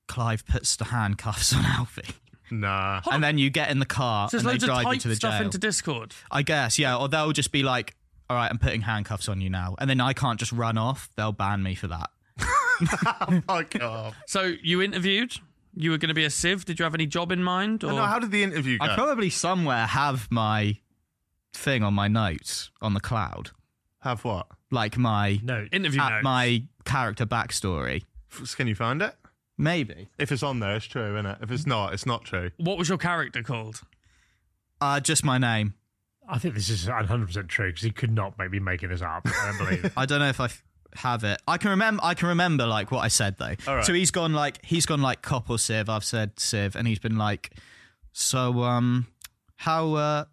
Clive puts the handcuffs on Alfie.
Nah.
and then you get in the car
So there's
Uh, and they
loads of
drive you
type
to the
stuff
jail.
into Discord.
I guess, yeah. Or they'll just be like, "All right, I'm putting handcuffs on you now," and then I can't just run off. They'll ban me for that.
Fuck off.
So you interviewed. You were going to be a civ. Did you have any job in mind? Or
No, how did the interview go?
I probably somewhere have my thing on my notes on the cloud,
Have what?
like my
No,
interview
at
notes?
my character backstory.
F- Can you find it?
Maybe
If it's on there, it's true, isn't it? If it's not, it's not true.
What was your character called?
uh, just my name.
I think this is 100 percent true because he could not make me making this up. I don't believe it.
I don't know if I f- have it. I can remember. I can remember like what I said though.
All right.
So he's gone like he's gone like cop or Civ. I've said Civ, and he's been like, so um, how uh,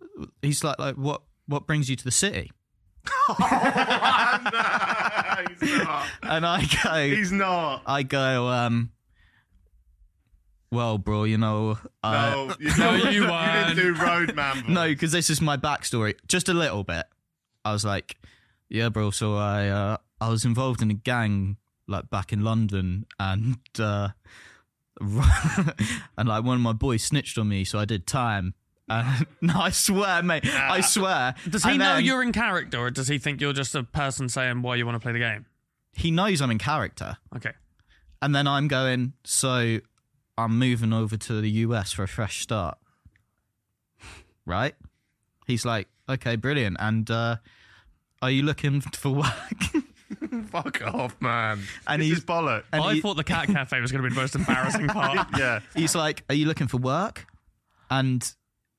he's like like what what brings you to the city?
He's not.
and I go,
He's not.
I go, um, well, bro, you know, uh,
No, you,
No,
don't-
you
didn't
weren't.
do Roadman. boy.
no, because this is my backstory, just a little bit. I was like, yeah, bro. So I, uh, I was involved in a gang like back in London, and uh, and like one of my boys snitched on me, so I did time. And, no, I swear, mate, I swear.
Does he
And
know
then-
you're in character, or does he think you're just a person saying why you want to play the game?
He knows I'm in character.
Okay.
And then I'm going, so I'm moving over to the US for a fresh start. Right? He's like, okay, brilliant. And uh, are you looking for work?
Fuck off, man.
And
this
he's-
is bollock.
And
I
he-
thought the cat cafe was going to be the most embarrassing part.
yeah.
He's like, are you looking for work? And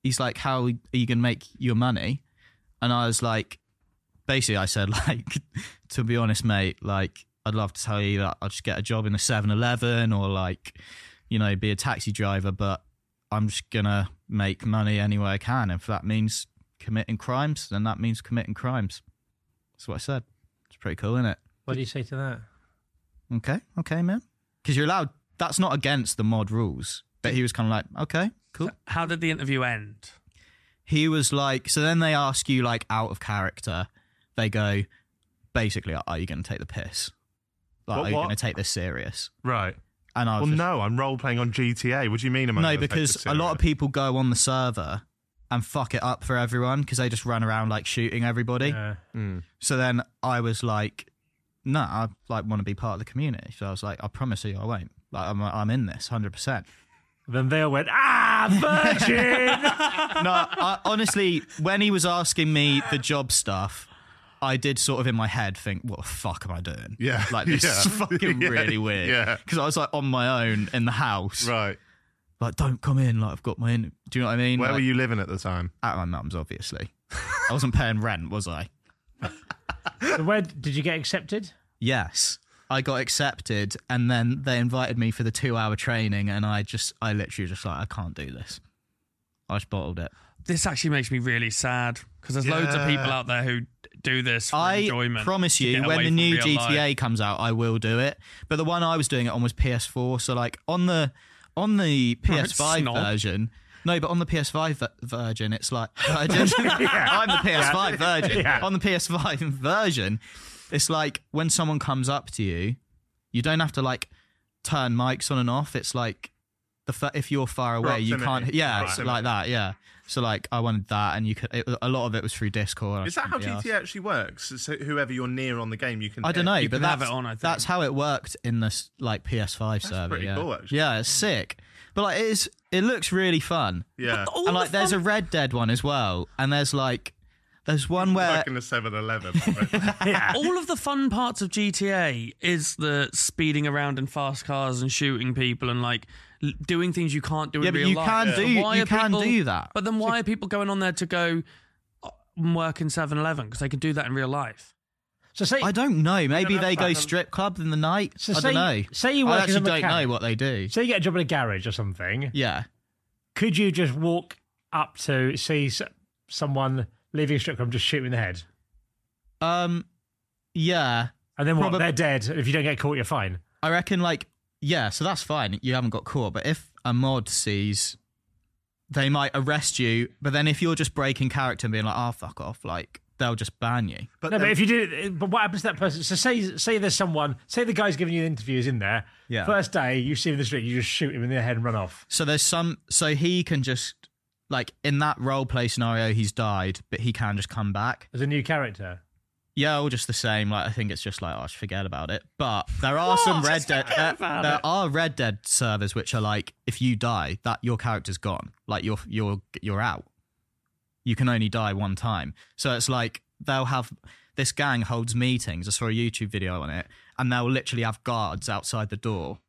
he's like, how are you going to make your money? And I was like, basically, I said, like, to be honest, mate, like, I'd love to tell you that I'll just get a job in a 7 Eleven or like, you know, be a taxi driver, but I'm just gonna make money any way I can. If that means committing crimes, then that means committing crimes. That's what I said. It's pretty cool, isn't it?
What do you say to that?
Okay, okay, man. Because you're allowed. That's not against the mod rules. But he was kind of like, okay, cool.
How did the interview end?
He was like, so then they ask you like out of character. They go, basically, are you going to take the piss? Like,
What,
are you
what?
going to take this serious?
Right.
And I
Well,
was just,
no, I'm role playing on GTA. What do you mean? Am I
no,
gonna take
because
this
a lot of
serious?
people go on the server and fuck it up for everyone because they just run around like shooting everybody.
Yeah.
So then I was like, no, I like want to be part of the community. So I was like, I promise you, I won't. Like, I'm, I'm in this 100%.
Then they all went, ah, virgin.
no, I, honestly, when he was asking me the job stuff, I did sort of in my head think, what the fuck am I doing?
Yeah,
Like, this is
yeah,
fucking
yeah,
really weird.
yeah.
Because I was like on my own in the house.
Right.
Like, don't come in. Like, I've got my in. Do you know what I mean?
Where
Like,
were you living at the time?
At my mum's, obviously. I wasn't paying rent, was I?
So Where did you get accepted?
Yes. I got accepted and then they invited me for the two hour training and I just, I literally just like, I can't do this. I just bottled it.
This actually makes me really sad because there's loads of people
Yeah.
out there who do this for
I
enjoyment.
promise
to
you,
get
when
away
the
from
new
real
GTA
life.
comes out, I will do it. But the one I was doing it on was PS4, so like on the on the PS5
snob.
version. No, but on the PS5 ver- version, it's like virgin. I'm the PS5 virgin.
Yeah.
On the PS5 version, it's like when someone comes up to you, you don't have to like turn mics on and off. It's like the fa- if you're far away, you
Proximity.
can't. Yeah, it's
Proximity.
like that. Yeah. So like I wanted that, and you could. It, a lot of it was through Discord. I
Is that how
shouldn't be arsed.
GTA actually works? So whoever you're near on the game, you can.
I don't know,
You
but
can have
that's,
it on, I think.
that's how it worked in this like PS5 server.
pretty
yeah.
cool, actually.
Yeah, it's sick. But like, it is. It looks really fun.
Yeah.
All
and
the
like, there's a Red Dead one as well, and there's like, there's one where
Like in a 7-Eleven. right?
all of the fun parts of GTA is the speeding around in fast cars and shooting people and like l- doing things you can't do
Yeah,
in
but
real
you
life.
can do-
So why
you
are
can
people-
do that.
But then why are people going on there to go "Oh, and work in 7-Eleven because they can do that in real life?
So say,
I don't know. Maybe
that's
they go
fun.
strip club in the night.
So
I
say-
don't know.
say you
I
work as a
actually don't
mechanic.
know what they do.
say you get a job in a garage or something.
Yeah.
Could you just walk up to see s- someone leaving a strip club, and just shoot him in the head,
Um. Yeah.
and then what?
Probab-
They're dead. If you don't get caught, you're fine.
I reckon like yeah, so that's fine. You haven't got caught, but if a mod sees they might arrest you, but then if you're just breaking character and being like, "Oh, fuck off," like they'll just ban you.
But,
no, but
um,
if you do, but what happens to that person? So say, say there's someone, say the guy's giving you the interviews in there.
Yeah.
First day, you see him in the street, you just shoot him in the head and run off.
So there's some so he can just like in that role play scenario he's died, but he can just come back.
As a new character.
Yeah, all just the same. Like I think it's just like oh, just forget about it. But there are some Red Dead. There, there are Red Dead servers which are like if you die, that your character's gone. Like you're you're you're out. You can only die one time. So it's like they'll have this gang holds meetings. I saw a YouTube video on it, and they'll literally have guards outside the door.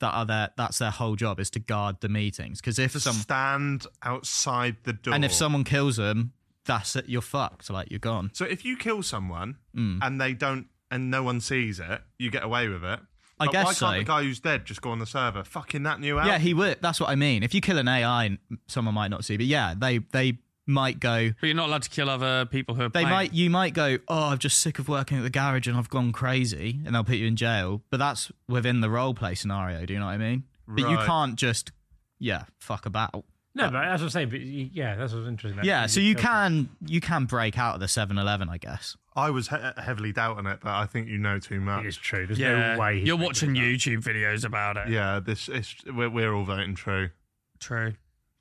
That are their that's their whole job is to guard the meetings. Because if some
stand outside the door.
and if someone kills them, that's it. You're fucked. Like you're gone.
So if you kill someone
Hmm.
and they don't and no one sees it, you get away with it.
I
But why
guess
can't
so.
the guy who's dead just go on the server? Fucking that new app.
Yeah, he would. That's what I mean. If you kill an AI, n- someone might not see. But yeah, they they might go.
But you're not allowed to kill other people who are
They
playing.
might. You might go. Oh, I'm just sick of working at the garage and I've gone crazy, and they'll put you in jail. But that's within the role play scenario. Do you know what I mean? But you
Right.
can't just, yeah, fuck about.
No, but that's what I'm saying. But you, yeah, that's what's interesting. that
Yeah, so you
kill-
can you can break out of the 7-Eleven, I guess.
I was he- heavily doubting it, but I think you know too much.
It's true. There's
Yeah,
no way. he's
you're
making
watching
it up.
YouTube videos about it.
Yeah, this it's, we're, we're all voting true.
true.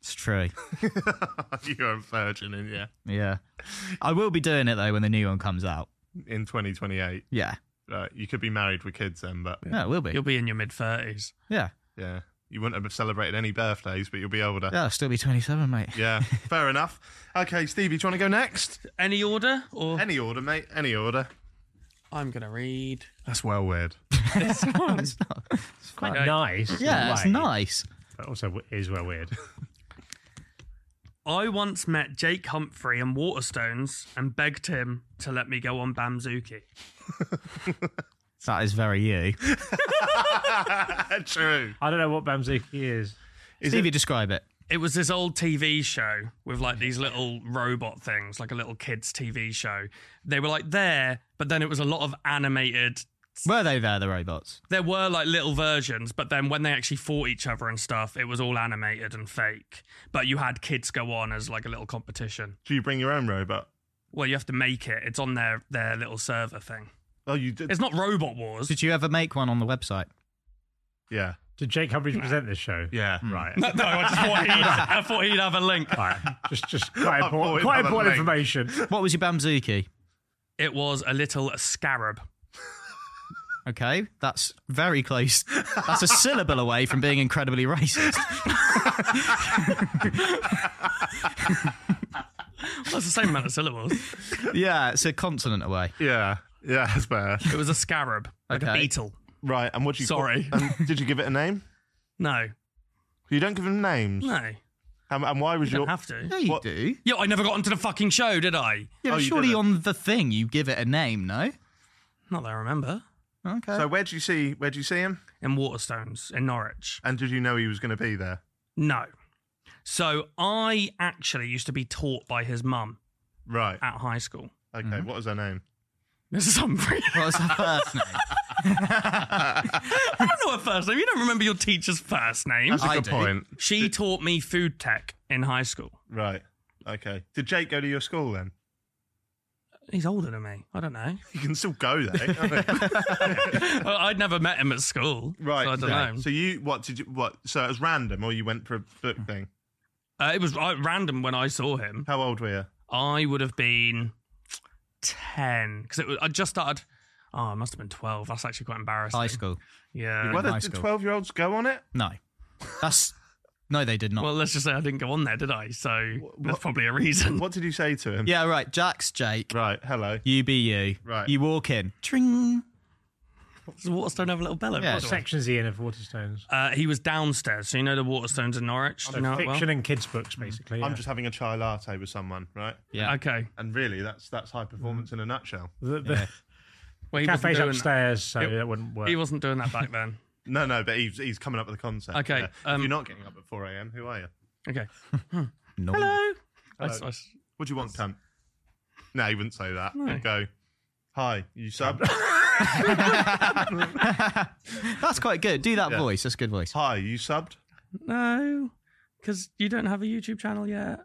It's true.
You're a virgin in yeah
Yeah, I will be doing it though when the new one comes out.
in 2028.
Yeah,
Right, you could be married with kids then, but
yeah, it will be.
You'll be in your mid thirties.
Yeah,
yeah, you wouldn't have celebrated any birthdays, but you'll be older.
yeah, I'll still be twenty seven, mate.
Yeah, fair enough. Okay, Stevie, do you want to go next?
Any order or
Any order, mate. Any order.
I'm gonna read.
That's well weird.
It's not-
It's quite
Okay.
nice. in a
yeah, it's
way,
nice.
But also, w- is well weird.
I once met Jake Humphrey in Waterstones and begged him to let me go on Bamzuki.
That is very you.
true.
I don't know what Bamzuki is.
Stevie, describe it.
It was this old TV show with like these little robot things, like a little kids TV show. They were like there, but then it was a lot of animated
Were they there, the robots?
there were like little versions, but then when they actually fought each other and stuff, it was all animated and fake. But you had kids go on as like a little competition.
Do you bring your own robot?
Well, you have to make it. It's on their their little server thing.
Oh, you did.
It's not Robot Wars.
Did you ever make one on the website?
Yeah,
Did Jake Humphries present this show?
yeah. Hmm.
Right.
no, I just thought he'd, I thought he'd have a link.
All right. Just, just
I
quite
thought it
important, quite
had a
important
link.
information.
What was your Bamzuki?
It was a little scarab.
Okay, that's very close. That's a syllable away from being incredibly racist.
That's the same amount of syllables.
Yeah, it's a consonant away.
Yeah, yeah. That's fair.
It was a scarab, like a
Okay.
beetle.
Right, and what do you? call-
Sorry.
and did you give it a name?
No,
You don't give them names.
no, you
And, and why was your?
don't have to.
Yeah, you
What-
do.
Yeah, I never got onto the fucking show, did I?
Oh,
Yeah, but
you
surely
didn't.
on the thing you give it a name, no?
Not that I remember.
Okay.
So where would you see? Where would you see him?
In Waterstones, in Norwich.
And did you know he was going to be there?
No. So I actually used to be taught by his mum
Right.
at high school.
Okay.
Mm-hmm.
What was her name?
This is Humphrey.
what was the first name?
I don't know her first name. You don't remember your teacher's first name.
That's a
I
good
do.
point.
She taught me food tech in high school.
Right. Okay. Did Jake go to your school then?
He's older than me. I don't know.
You can still go there. can't you?
Well, I'd never met him at school.
right.
So I don't
okay.
know.
So you what did you what? So it was random, or you went for a book thing?
Uh, it was uh, random when I saw him.
How old were you?
I would have been 10 because it was, I just started. Oh, I must have been 12. That's actually quite embarrassing.
High school.
Yeah.
Whether
high
did
school.
twelve-year-olds go on it?
No. That's no, they did not.
Well, let's just say I didn't go on there, did I? So that's
what-
probably a reason.
What did you say to him?
yeah, right. Jack's Jake.
Right. Hello.
You be you.
Right.
You walk in. Tring.
Does Waterstone have a little bell over
Yeah,
it?
What section's he in of Waterstones?
Uh, he was downstairs. So you know the Waterstones in Norwich. Do you know it well?
Oh, Fiction and kids' books, basically.
I'm
yeah.
just having a chai latte with someone, right?
Yeah.
Okay.
And really, that's that's high performance in a nutshell.
the, the
Well, he wasn't
cafe's
doing
upstairs, so
It-
that wouldn't work.
That. He wasn't doing that back then.
No, no, but he's he's coming up with a concept.
Okay,
yeah. if
um,
you're not getting up at 4 a.m., who are you?
Okay.
No.
Hello. I s-
Hello.
I s-
What do you want, cunt? No, he wouldn't say that.
No.
He'd go, hi, you sub?
That's quite good. Do that
Yeah.
voice. That's a good voice.
hi, you subbed?
no, because you don't have a YouTube channel yet.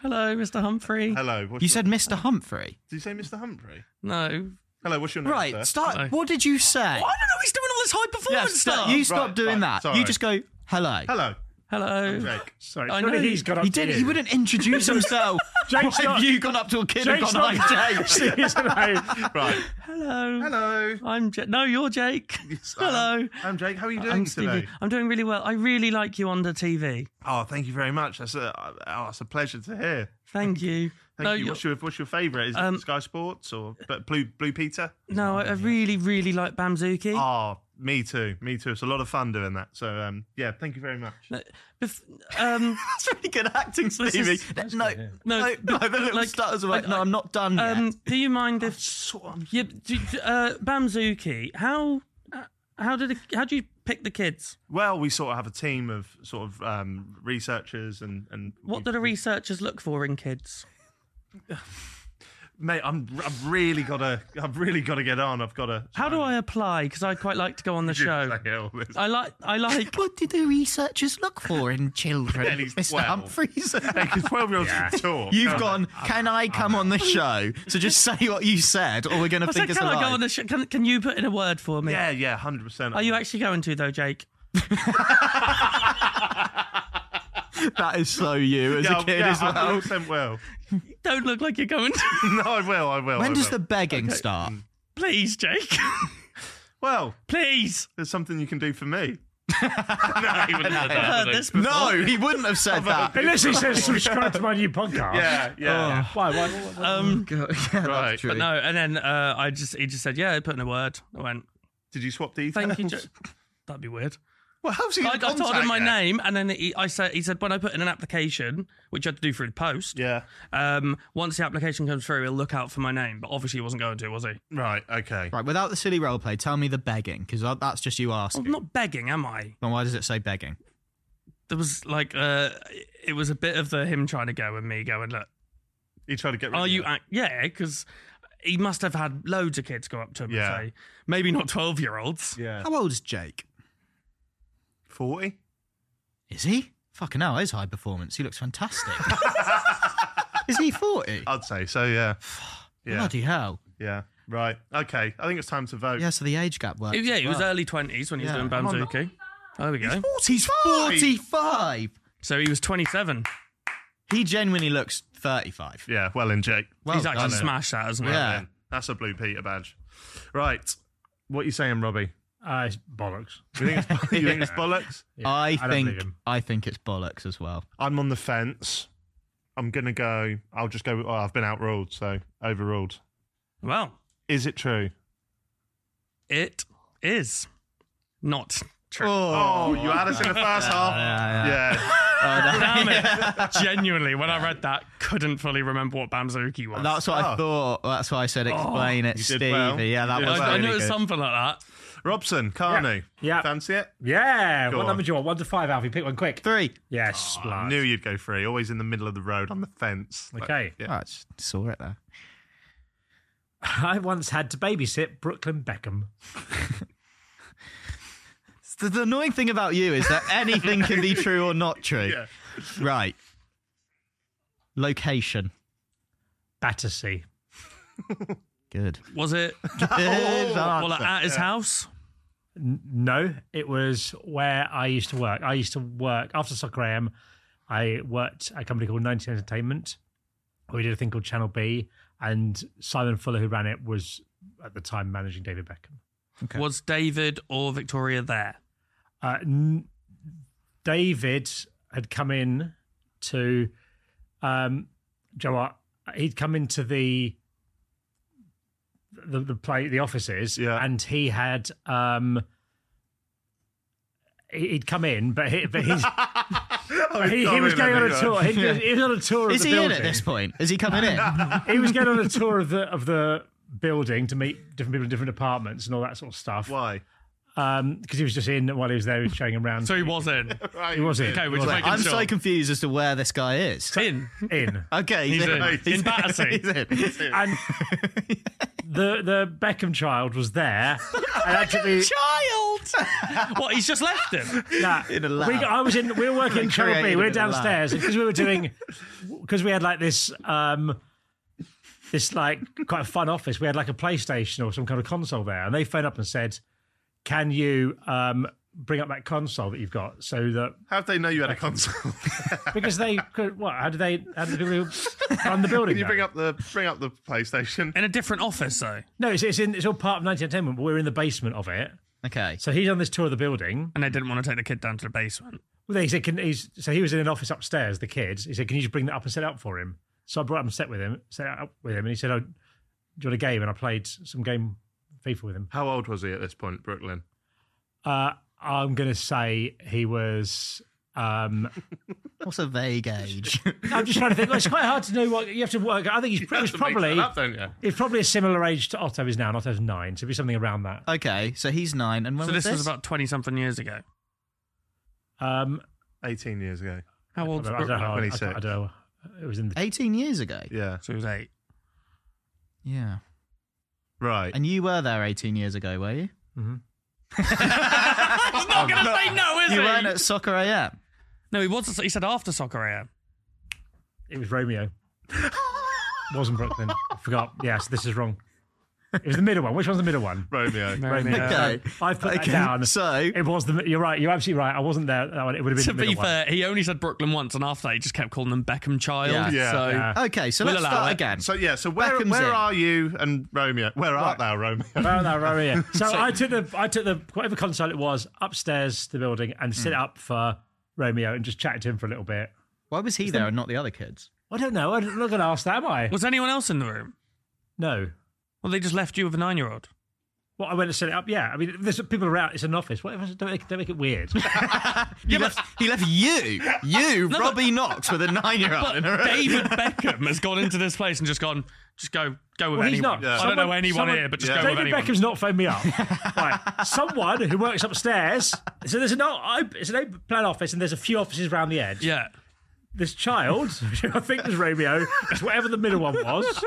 Hello, Mr. Humphrey.
Hello. What's
You
your-
said Mr. Humphrey.
Did you say Mr. Humphrey?
No.
Hello, what's your name? sir?
Right.
Hello.
Start. What did you say?
I don't know. He's doing all this high
Yeah,
performance
stop.
stuff.
You stop
Right,
doing
right,
that.
sorry.
You just go, hello.
Hello,
Hello.
Jake.
Sorry,
I
surely
know.
he's got up
He
to
did
you.
He wouldn't introduce himself.
Jake's
Why
not-
have you gone up to a kid and
Jake's
gone,
not-
hi, Jake?
He's alone.
Right.
Hello.
Hello.
I'm Jake. No, you're Jake.
Yes, I am.
Hello.
I'm Jake. How are you doing
I'm
today?
Stevie. I'm doing really well. I really like you on the TV.
Oh, thank you very much. That's a, oh, that's a pleasure to hear.
Thank you.
Thank
no,
you.
you're-
What's your, what's your favourite? Is
Um, uh,
it Sky Sports or but Blue Blue Peter?
No, I, I really, really like Bamzuki.
Oh, me too. Me too. It's a lot of fun doing that. So, um, yeah, thank you very much.
Bef- um,
That's really good acting, Stevie. no,
No,
no, no,
but,
the little
like,
stutters are like, no, I'm not done yet.
um, do you mind if
So, um,
yeah, do, do- uh, Bamzuki? How uh, how did it, how do you Pick the kids.
Well, we sort of have a team of sort of um, researchers and and
What do the researchers look for in kids?
mate, I'm I've really gotta I've really gotta get on. I've gotta.
How do I apply? Because I'd quite like to go on the show. Uh,
Say all this.
I like. I like.
What do the researchers look for in children,
At least
Mr.
12.
Humphreys?
Because twelve year olds can talk.
You've
can't
gone. Can I come on the show? So just say what you said, or we're going to
I said,
think it's
can
a
I go on
lie.
the show? Can, can you put in a word for
they?
me?
Yeah, yeah, hundred percent.
Are you actually going to though, Jake?
That is so you as
Yeah,
a kid
yeah,
as well.
100% will.
Don't look like you're going to.
No, I will. I will.
When
I
does
will.
the begging start?
Please, Jake.
well?
Please.
There's something you can do for me. no, he wouldn't have
I've
that, would
heard
he?
Uh, this before.
No, he wouldn't have said that.
Unless he says subscribe to my new podcast.
Yeah,
Oh.
yeah.
Why? Why? why- why-
Um,
Yeah,
Right.
that's true.
but no, and then uh, I just he just said, yeah, put in a word. I went,
Did you swap details?
thank you, Jake. That'd be weird.
Well, how's he?
I, I
got
told him my name, and then he, I said, he said, when I put in an application, which you had to do through the post,
Yeah.
um, once the application comes through, he'll look out for my name. But obviously, he wasn't going to, was he?
Right. Okay.
Right, without the silly role play, tell me the begging, because that's just you asking.
I'm not begging, am I?
Then why does it say begging?
There was like, uh, it was a bit of the him trying to go and me going, look,
He tried to get. Rid
Are
of
you?
it.
ac yeah, because he must have had loads of kids go up to him
Yeah.
and say, maybe not twelve-year-olds.
Yeah.
How old is Jake?
Forty.
Is he? Fucking hell, that is high performance. He looks fantastic. is he 40?
I'd say so. Yeah. Uh, Yeah.
Bloody hell.
Yeah. Right. Okay. I think it's time to vote.
Yeah, so the age gap works.
Yeah,
as
he was
well.
early twenties when he was
Yeah.
doing
I'm on
Banzuki. There we go.
He's 45!
So he was twenty-seven.
He genuinely looks 35.
Yeah. Well, in Jake.
Well
He's actually
done. eh?
smashed that, hasn't he?
Yeah.
Yeah. That's a blue Peter badge. Right. What you saying, Robbie?
Uh, it's bollocks.
You think it's, you think it's bollocks?
Yeah,
I
don't
think
believe him.
I think it's bollocks as well.
I'm on the fence. I'm gonna go. I'll just go. with- Oh, I've been outruled, so overruled.
Well,
Is it true?
it is not true.
Oh, you had us in the first half.
yeah,
yeah.
Damn it! Genuinely, when I read that, couldn't fully remember what Banzuki was.
That's what I
Oh.
thought. That's why I said explain it,
You did
Stevie.
well.
Yeah, that
You did
was
I, I
really
knew it was
good.
something like that.
Robson, Carney.
Yeah. Yeah.
Fancy it?
Yeah.
Go
what
on.
number do you want? One to five, Alfie. Pick one quick.
Three.
Yes.
I
blood.
knew you'd go free. Always in the middle of the road on the fence. Like,
Okay.
yeah.
Oh, I just saw it there.
I once had to babysit Brooklyn Beckham.
The, the annoying thing about you is that anything can be true or not true.
Yeah.
Right. Location.
Battersea.
Good.
Was it?
Oh.
Good
well, like,
answer.
at his house.
N- no, it was where I used to work. I used to work after Soccer AM. I worked at a company called 19 Entertainment. We did a thing called Channel B, and Simon Fuller, who ran it, was at the time managing David Beckham.
Okay.
Was David or Victoria there?
Uh, n- David had come in to, um, do you know what? He'd come into the the, the play the offices,
Yeah.
and he had um, he- he'd come in, but he, but he's,
Oh,
he,
I
he was going on
remember
a
that.
tour. He, he was on a tour.
Is
of the
he in
building.
at this point? Is he coming in?
He was going on a tour of the of the building to meet different people in different apartments and all that sort of stuff.
Why?
Because he was just in while he was there, he was showing him around.
So he was in.
Right.
he was in.
Okay,
He
we're
was
just
in.
making
I'm
sure.
so confused as to where this guy is.
in.
in.
Okay, he's,
He's in. In Battersea.
He's in.
and the the Beckham child was there. and actually,
Child.
What? He's just left him.
nah,
In a
we,
lab.
I was in. We were working in Channel
created
B.
a
We
bit
were
of a lab.
downstairs because we were doing because we had like this um this like quite a fun office. We had like a PlayStation or some kind of console there, and they phoned up and said, "Can you um bring up that console that you've got so that
How'd they know you had a console?
because they could what how do they how do the people who run the building
Can you
know?
bring up the bring up the PlayStation?
In a different office, though.
no it's it's, in, it's all part of 1910 but we're in the basement of it
Okay.
so he's on this tour of the building
And they didn't want to take the kid down to the basement.
Well, he said, can, he's, so he was in an office upstairs, the kid. He said, can you just bring that up and set it up for him? So I brought up and set with him, set it up with him, and he said, oh, do you want a game? And I played some game FIFA with him.
How old was he at this point, Brooklyn?
Uh, I'm going to say he was Um,
What's a vague age?
I'm just trying to think. Well, it's quite hard to know what you have to work. I think he's, he was probably he's probably a similar age to Otto is now. And Otto's nine, so it'd be something around that.
okay, so he's nine, and when
So
was
this
this?
was about twenty something years ago.
Um,
18 years ago.
How
I
old?
don't know. I don't know. I,
Twenty-six.
can't- I don't know. It was in the.
eighteen years ago.
Yeah.
So he was eight.
Yeah,
Right.
and you were there eighteen years ago, were you?
He's not gonna say Um, no, is
You
he?
weren't at soccer AM.
No, he was. He said after soccer AM.
It was Romeo. Wasn't Brooklyn? I forgot. Yes, this is wrong. It was the middle one. Which one's the middle one?
Romeo.
Romeo.
Romeo.
Okay.
I've put that
Okay,
down.
so
It was the. You're right. You're absolutely right. I wasn't there. at That one. It would have been
to
the middle
be fair, he only said Brooklyn once, and after that, he just kept calling them Beckham Child.
Yeah.
Yeah.
So
Yeah.
okay, so
We'll
let's
allow
start
it.
again.
So yeah, so where
Beckham's
where
in.
are you and Romeo? Where art thou, Romeo?
one. Oh, no, Romeo. So I took the I took the whatever console it was upstairs to the building and
Hmm.
set it up for Romeo and just chatted to him for a little bit.
Why was he there and not the other kids?
I don't know. I'm not going to ask that, am I?
was anyone else in the room?
No.
Well, they just left you with a nine-year-old.
Well, I went and set it up. Yeah, I mean, there's people around. It's an office. Whatever. Don't make, don't make it weird.
He, left, he left you, you, Robbie Knox, with a nine-year-old in a room.
David Beckham has gone into this place and just gone, just go, go with
Well, he's
anyone.
not. Yeah.
I don't know
Someone-
anyone
someone-
here, but just
Yeah.
go with
David
anyone.
Beckham's not phoned me up. right. Someone who works upstairs. So there's an o- I- it's an open plan office, and there's a few offices around the edge.
yeah.
This child, who I think was Romeo, it's whatever the middle one was.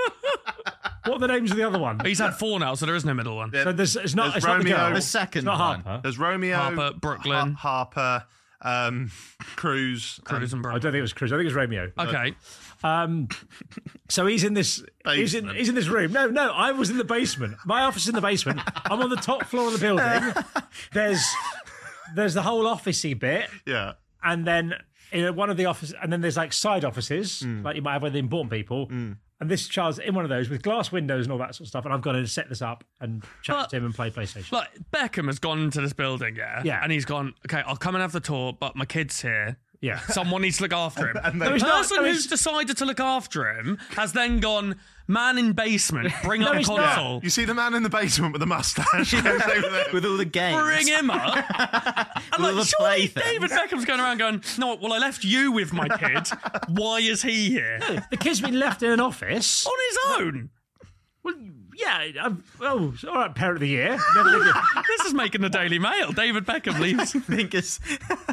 What are the names of the other one?
He's had four now, so there isn't a middle one.
So there's, it's not.
There's
it's
Romeo.
not the girl.
The
It's
second
not
one.
Harper.
There's Romeo,
Harper, Brooklyn.
Har- Harper, um, Cruz,
Cruz and
I
Brooklyn.
don't think it was Cruz. I think it was Romeo.
Okay.
Um, so he's in this. He's in,
Basement.
he's in this room. No, no, I was in the basement. My office is in the basement. I'm on the top floor of the building. There's there's the whole officey bit,
and- yeah,
and then in one of the office, and then there's like side offices,
Mm.
like you might have with the important people. And this child's in one of those with glass windows and all that sort of stuff. And I've got to set this up and chat
But-
to him and play PlayStation.
Like Beckham has gone into this building, yeah,
Yeah.
and he's gone. Okay, I'll come and have the tour, but my kid's here.
yeah.
Someone needs to look after him.
and
the
they-
he's not-
person
no,
who's
he's-
decided to look after him has then gone, man in basement, bring up a
he's not.
Oh.
console,
you see the man in the basement with the mustache. He goes over there.
With all the games.
bring him up. I'm
With all
like,
the
surely
playthings.
David Beckham's going around going, no, well, I left you with my kid. Why is he here?
the kid's been left in an office.
On his own.
Well, yeah. I'm, oh, it's all right, parent of the year. Never lived here.
This is making the Daily Mail. David Beckham leaves.
think it's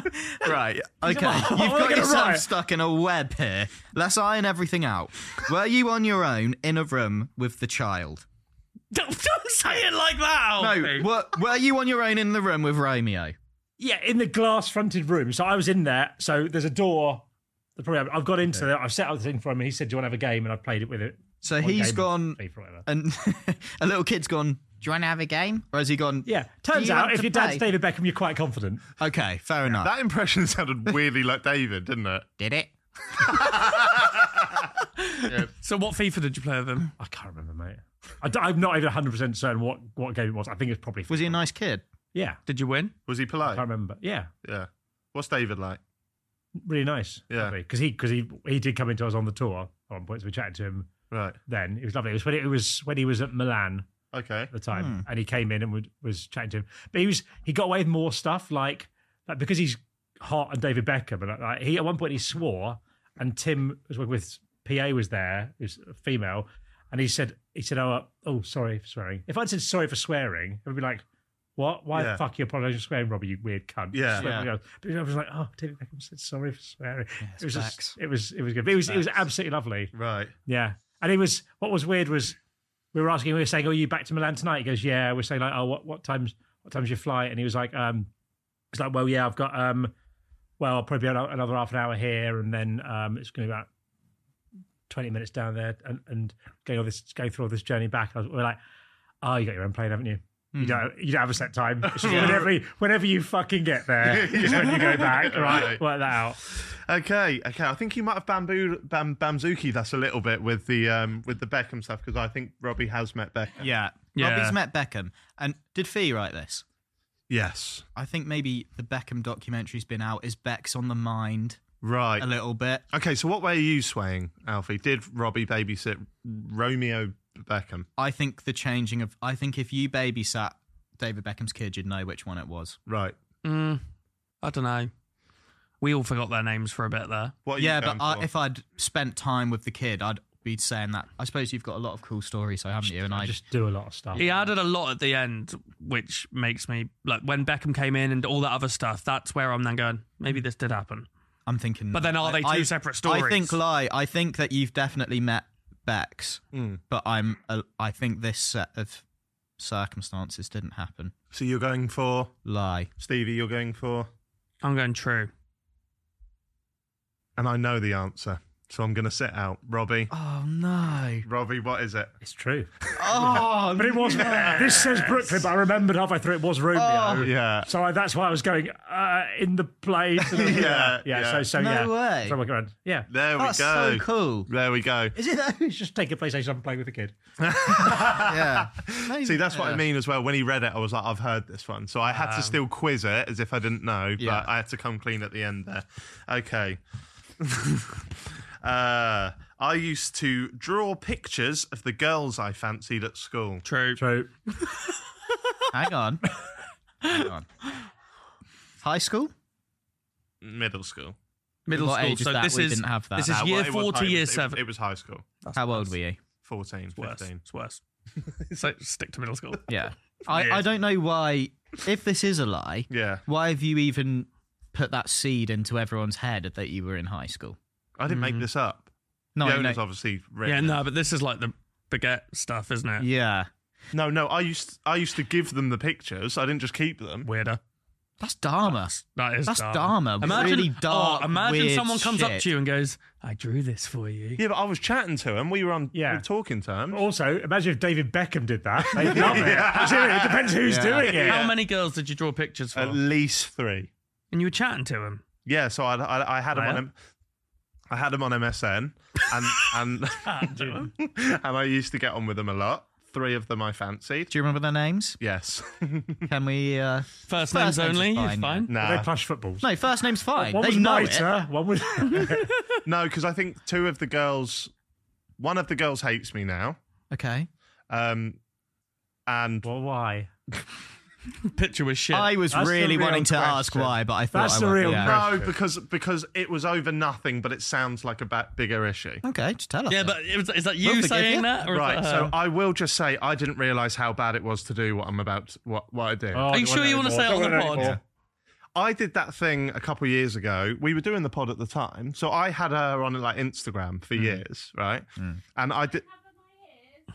right. Okay,
I'm
you've
gonna
got yourself
riot.
stuck in a web here. Let's iron everything out. Were you on your own in a room with the child?
Don't, don't say it like that.
No.
Alfie.
Were, were you on your own in the room with Romeo?
Yeah, in the glass fronted room. So I was in there. So there's a door. The problem I've got into there. I've set up the thing for him. And he said, "Do you want to have a game?" And I've played it with it.
So
One
he's
game,
gone
FIFA or whatever.
and a little kid's gone. Do you want to have a game? Or has he gone?
Yeah.
"Do
Turns
you
out,
want
if
to
your dad's
play?"
David Beckham, you're quite confident.
Okay, fair enough.
that impression sounded weirdly like David, didn't it?
Did it?
So what FIFA did you play with him?
I can't remember, mate. I am not even 100 percent certain what what game it was. I think it's probably.
Was he a nice kid?
Yeah.
Did you win?
Was he polite?
I can't remember. Yeah.
Yeah. What's David like?
Really nice.
Yeah.
Because he because he he did come into us on the tour at one point. So we chatted to him
Right.
then. It was lovely. It was when it was when he was at Milan.
Okay.
at the time, and he came in and would, was chatting to him. But he was he got away with more stuff, like like because he's hot and David Beckham, and like, he at one point he swore, and Tim was working with PA was there, who's a female, and he said he said oh uh, oh sorry for swearing. If I'd said sorry for swearing, it would be like. What? Why
Yeah.
the fuck are you apologising for swearing, Robbie? You weird cunt.
Yeah.
Swear-
Yeah.
you know, But I was like, oh, David Beckham said sorry for swearing.
it's
it was
facts.
just, it was it was good. But it was it was absolutely lovely.
Right.
Yeah. And it was what was weird was we were asking, we were saying, Oh, are you back to Milan tonight? He goes, Yeah. We're saying like, oh, what what time's what time's your flight? And he was like, um it's like, Well, yeah, I've got um well, I'll probably be ano- another half an hour here and then um it's gonna be about twenty minutes down there and, and going all this going through all this journey back. And I was, we are like, Oh, you got your own plane, haven't you? You don't, you don't have a set time. It's just whenever, you- whenever you fucking get there, is when you go back. Right,
Right.
work that out.
Okay. Okay. I think you might have bamboo bam, bamzuki that's a little bit with the um with the Beckham stuff because I think Robbie has met Beckham.
Yeah.
Yeah.
Robbie's met Beckham. And did Fee write this?
Yes.
I think maybe the Beckham documentary's been out. Is Beck's on the mind
Right.
a little bit?
Okay, so what way are you swaying, Alfie? Did Robbie babysit Romeo Beckham?
I think the changing of. I think if you babysat David Beckham's kid, you'd know which one it was.
Right.
Mm, I don't know. We all forgot their names for a bit there.
What are you
Yeah, but
going
I,
for?
if I'd spent time with the kid, I'd be saying that. I suppose you've got a lot of cool stories, so haven't you? And I
I
just
just do a lot of stuff.
He added a lot at the end, which makes me like when Beckham came in and all that other stuff. That's where I'm then going. Maybe this did happen.
I'm thinking.
But then are they two
I-
separate
I
stories?
think lie. I think that you've definitely met Bex,
Hmm.
but I'm. Uh, I think this set of circumstances didn't happen.
so you're going for
Lie.
Stevie. You're going for,
I'm going true.
and I know the answer, so I'm going to sit out. Robbie,
Oh no.
Robbie, what is it?
It's true.
Oh,
But it was This says Brooklyn, but I remembered halfway through it was Romeo.
Yeah.
So I, that's why I was going uh, in the play. To the,
Yeah,
yeah.
yeah.
So, so
No
yeah.
way.
So I work around. Yeah.
There we
that's
go.
so cool.
There we go.
Is it? though?
It's just taking PlayStation and playing with a kid.
yeah.
See, that's what I mean as well. When he read it, I was like, I've heard this one. So I had
Um,
to still quiz it as if I didn't know,
Yeah.
but I had to come clean at the end there. Okay. uh, I used to draw pictures of the girls I fancied at school.
True.
True.
Hang on. Hang on. High school.
Middle school.
Middle
What
school.
age is
so
that?
this
We
is
didn't have that.
This is
Uh,
year
well, it was
four to
high-
year
it-
seven.
It was high school.
How old were you?
14,
worse.
15.
It's worse. so stick to middle school.
Yeah. I,
Yeah.
I don't know why. If this is a lie,
Yeah.
why have you even put that seed into everyone's head that you were in high school?
I didn't
Mm-hmm.
make this up.
No,
the
no.
owner's obviously written
Yeah,
it.
no, but this is like the baguette stuff, isn't it?
Yeah.
No, no, I used I used to give them the pictures. I didn't just keep them.
Weirder.
That's Dharma.
That is
That's
Dharma.
Dharma. Really dark,
oh, imagine
weird
someone comes up
shit.
to you and goes, "I drew this for you."
Yeah, but I was chatting to him. We were on
Yeah. Oh.
we were talking terms.
Also, imagine if David Beckham did that. They'd love it. Seriously, It depends who's doing it.
How many girls did you draw pictures for?
Uh,
At least three.
and you were chatting to him.
Yeah, so I I, I had him
Well.
on M- I had him on MSN, and and and I used to get on with them a lot. Three of them I fancied.
Do you remember their names?
Yes.
Can we? Uh...
First, names
First name's
only.
fine,
it's
yeah.
fine.
They're
Nah,
plush footballs.
No, first name's fine.
One
they
was
know it.
Nita, one was.
no, because I think two of the girls, one of the girls hates me now,
Okay.
um, and
well, why?
Picture was shit.
I was
That's the
really
real
wanting to ask
question.
why, but I thought
That's
I
the
won't.
real
Yeah.
no,
Question.
because because it was over nothing, but it sounds like a ba- bigger issue.
Okay, just tell us.
yeah,
then.
but it was, is that you
We'll forgive
saying
you.
that? Or is
Right,
that
so
her?
I will just say I didn't realise how bad it was to do what I'm about, what what I
Oh.
did.
Are you sure you want to say it on the pod?
I did that thing a couple of years ago. We were doing the pod at the time, so I had her on like Instagram for years, right? And I did.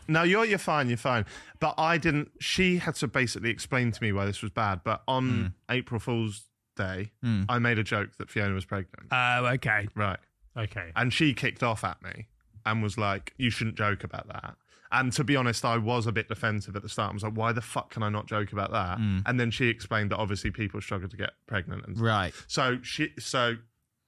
No, you're you're fine, you're fine. But I didn't. She had to basically explain to me why this was bad. But on April Fool's Day, I made a joke that Fiona was pregnant,
Oh, okay.
right?
Okay.
And she kicked off at me and was like, "You shouldn't joke about that." And to be honest, I was a bit defensive at the start. I was like, "Why the fuck can I not joke about that?" And then she explained that obviously people struggle to get pregnant and
Mm. Right.
so she, so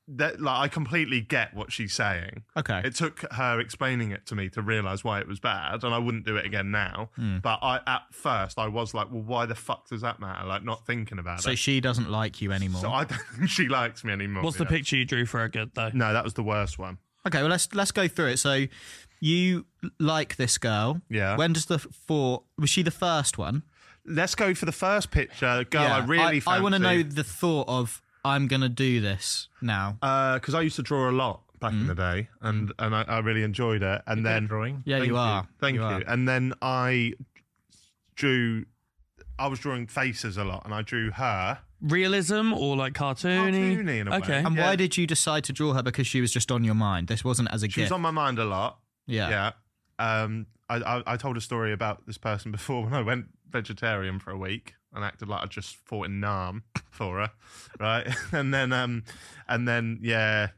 that like I completely get what she's saying.
Okay.
It took her explaining it to me to realize why it was bad, and I wouldn't do it again now.
Mm.
But I, at first, I was like, "Well, why the fuck does that matter?" Like not thinking about
so
it.
she doesn't like you anymore.
so I don't think she likes me anymore.
What's the
yeah.
picture you drew for her good though?
No, that was the worst one.
Okay, well let's let's go through it. So you like this girl.
Yeah.
When does the f- four was she the first one?
Let's go for the first picture, girl. I really,
I, want to know
fancy.
the thought of I'm gonna do this now.
because Uh, I used to draw a lot back
Mm.
in the day, and and I, I really enjoyed it. And then
drawing.
yeah,
Thank
you are.
Thank you.
are.
And then I drew. I was drawing faces a lot, and I drew her.
Realism or like cartoony?
Cartoony in a way.
okay.
And
Yeah.
why did you decide to draw her? Because she was just on your mind. This wasn't as a
She was
gift.
on my mind a lot.
yeah.
Yeah. Um, I, I I told a story about this person before when I went vegetarian for a week and acted like I just fought in Nam for her, right? and then um, and then yeah,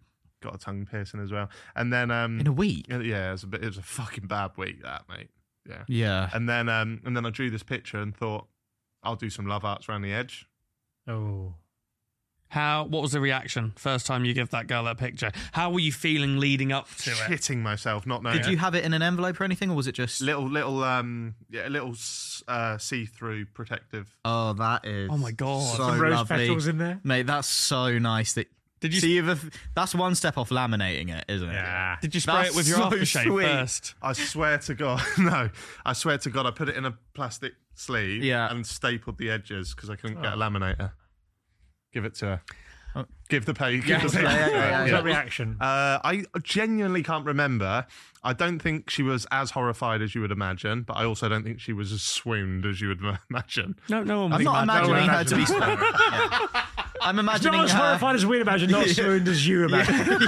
got a tongue piercing as well. And then um,
In a week.
yeah, it was a bit. It was a fucking bad week that mate. Yeah.
Yeah.
And then um, and then I drew this picture and thought, I'll do some love arts around the edge.
Oh.
How? What was the reaction first time you give that girl that picture? How were you feeling leading up to it?
Shitting myself, not knowing.
Did you have it in an envelope or anything, or was it just?
little little um yeah, little s- uh, see-through protective?
oh, that is.
Oh my God.
So
Some rose
lovely.
petals in there.
Mate, that's so nice. That
Did you-
see? You've, that's one step off laminating it, isn't it?
Yeah.
Did you spray
That's
it with your
so
aftershave
sweet.
first?
I swear to God, no, I swear to God, I put it in a plastic sleeve
Yeah. Oh.
and stapled the edges because I couldn't get a laminator. Give it to her. Give the pay. Give the pay.
yeah, yeah, yeah,
What was that reaction?
Uh, I genuinely can't remember. I don't think she was as horrified as you would imagine, but I also don't think she was as swooned as you would imagine.
No, no one.
I'm
was
not
mad.
imagining her to be
imagining-
stoned. Yeah. I'm imagining
not as
her.
horrified as we imagine, not as swooned as you imagine.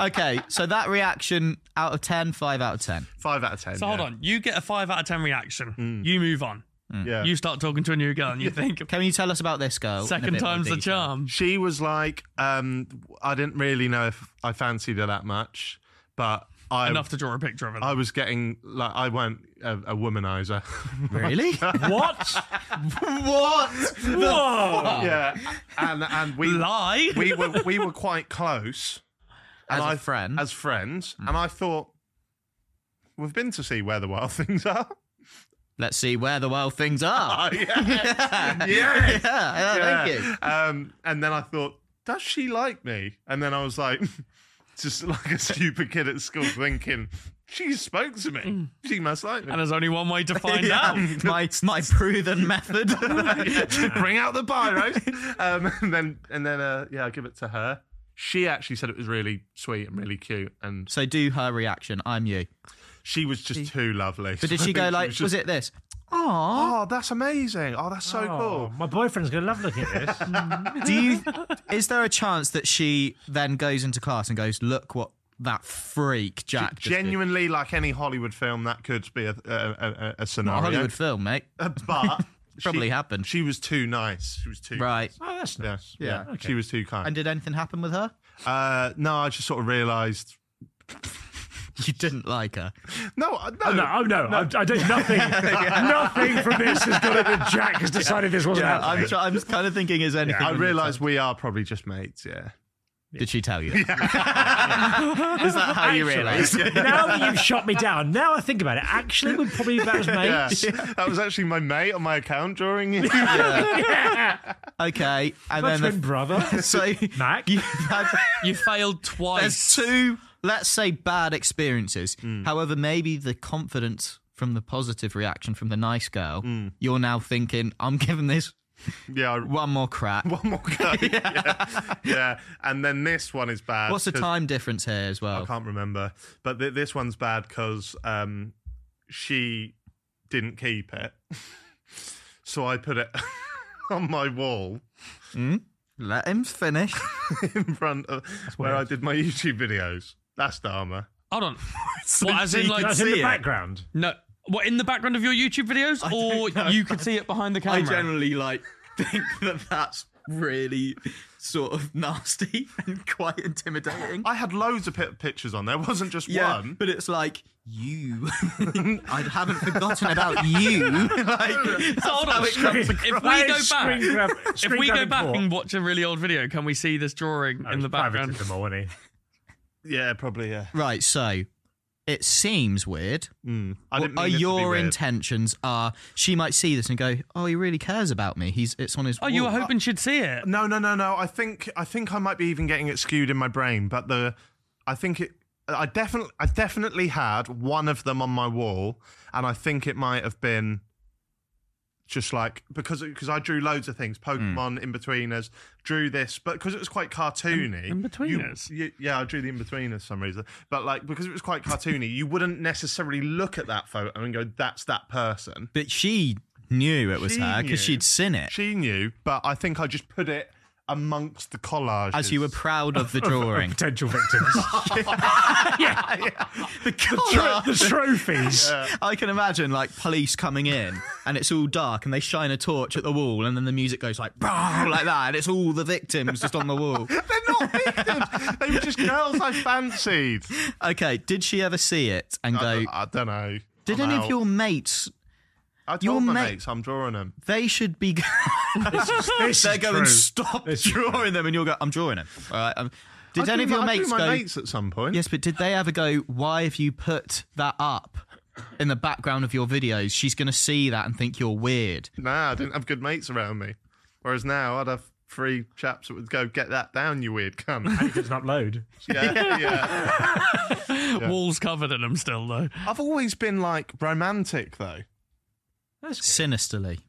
Okay, so that reaction out of 10, 5 out of 10.
Five out of ten.
So hold on. You get a five out of ten reaction.
Mm.
You move on.
Yeah.
You start talking to a new girl and you think
Can you tell us about this girl? in a
second
bit more
time's the
detail?
charm.
she was like, um, I didn't really know if I fancied her that much, but I
Enough to draw a picture of it.
I was getting like I weren't a, a womanizer.
Really?
What?
what?
Whoa!
yeah, and and we
Lie.
we were we were quite close and
As a
I-
friend. Mm.
as friends, and I thought we've been to see where the wild things are.
Let's see where the wild things are.
yeah,
yeah.
yeah.
yeah, Thank you.
Um, and then I thought, does she like me? And then I was like, just like a stupid kid at school, thinking she spoke to
Mm.
me. She must like me.
and there's only one way to find
Yeah,
out.
my my proven method.
Bring out the pyros. um, and then and then uh, yeah, I give it to her. She actually said it was really sweet and really cute, and
so do her reaction. I'm you.
she was just too lovely.
But did she go like? Was, it this? Aww.
Oh, that's amazing! Oh, that's so
Oh,
cool.
my boyfriend's gonna love looking at this.
Do you? Is there a chance that she then goes into class and goes, "Look what that freak Jack just did."
Genuinely, like any Hollywood film, that could be a a, a, a
Not
scenario. Uh,
a Hollywood film, mate.
but
Probably
she,
happened.
She was too nice. She was too
Right.
Oh, that's
Yeah,
nice.
yeah.
Yeah.
She was too kind.
And did anything happen with her?
uh, no, I just sort of realised.
You didn't like her.
No, I- no,
No, oh no, I, I did nothing. Nothing from this has got that Jack has decided this wasn't
Yeah,
happening.
I'm, try- I'm kind of thinking, is anything?
I
in the-
realised we are probably just mates. Yeah.
Did she tell you? is that how you realised?
now that you've shot me down, now I think about it, actually, we're probably about as
Yeah.
mates.
that was actually my mate on my account drawing. you.
Okay, and
My
then the-
twin brother,
so
Mac.
you've had
You failed
there's
twice.
two let's say bad experiences however maybe the confidence from the positive reaction from the nice girl you're now thinking i'm giving this
yeah, I-
one more crack
one more go. yeah. yeah, and then this one is bad.
what's the
'cause
time difference here as
I
well
can't remember, but th- this one's bad because um, she didn't keep it, so I put it on my wall.
let him finish
in front of where I did my YouTube videos. That's Dharma.
Hold on. what, as in,
you
like,
can
That's in
see
the
it.
background.
no. What, in the background of your YouTube videos? Or you could see it behind the camera?
i generally like think that that's really sort of nasty and quite intimidating
I had loads of pi- pictures on there, wasn't just
yeah,
one.
but it's like you. I haven't forgotten about you. like, that's
Hold on.
how it comes
If we go
Why is
back,
screen grab-
if
screen
we go
grabbing
back
poor?
and watch a really old video, can we see this drawing in
He's
the
privated
background?
them all, wasn't he?
Yeah, probably. Yeah.
Right, so it seems weird.
I
What
didn't mean
are
it to be
your
weird.
intentions are she might see this and go, "Oh, he really cares about me. He's it's on his."
Oh, you were
wall."
hoping she'd see it.
No, no, no, no. I think I think I might be even getting it skewed in my brain, but the I think it. I definitely, I definitely had one of them on my wall, and I think it might have been just like because because I drew loads of
Hmm.
things, Pokemon in betweeners, drew this, but because it was quite cartoony.
In- Inbetweeners?
you- you- yeah, I drew the in betweeners for some reason, but like because it was quite cartoony, you wouldn't necessarily look at that photo and go, "That's that person."
but she knew it was
She
her
knew.
because she'd seen it.
She knew, but I think I just put it amongst the collage
as you were proud of the
Of
drawing.
Potential victims. yeah.
Colour.
The trophies.
I can imagine like police coming in and it's all dark and they shine a torch at the wall and then the music goes like "Bah," like that and it's all the victims just on the wall.
They're not victims. they were just girls I fancied.
Okay, did she ever see it and
I,
go?
don't- I don't know.
Did
I'm
any
out.
of your mates?
I told
your
my
mate-
mates I'm drawing them.
They should be.
This
They're
is
going,
true.
stop
This is
drawing them, and you'll go, I'm drawing them. All right. Um, did
I
any
drew
of your
my- I drew
mates
my
go?
mates at some point?
Yes, but did they ever go? Why have you put that up in the background of your videos? She's going to see that and think you're weird.
Nah, I didn't have good mates around me. Whereas now I'd have three chaps that would go get that down, you weird cunt.
Doesn't upload.
Yeah, yeah.
Walls covered in them still, though.
I've always been like romantic though.
Sinisterly. that a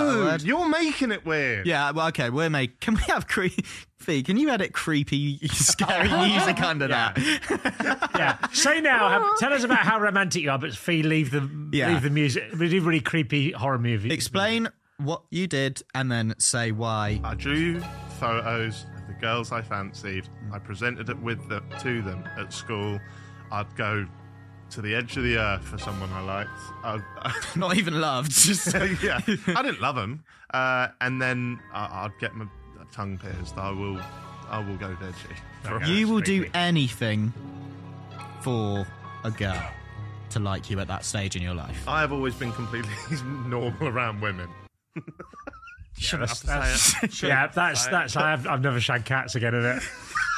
No,
word?
you're making it weird.
Yeah, well, okay, we're making. Can we have creepy? Fee, can you edit creepy, scary music under that?
Yeah. Say now, have, tell us about how romantic you are, but Fee, leave the
Oh. Yeah.
leave the music. Really, really creepy horror movie.
Explain what you did and then say why.
I drew photos of the girls I fancied. I presented it with the, to them at school. I'd go to the edge of the earth for someone I liked. I'd,
Not even loved. Just
yeah, I didn't love him. Uh, and then I, I'd get my tongue pierced. I will, I will go dirty. For a-
you will do
creepy.
anything for a girl to like you at that stage in your life.
I have always been completely normal around women.
Should have
to say
Yeah, that's that's. I have, I've never shagged cats again, in it.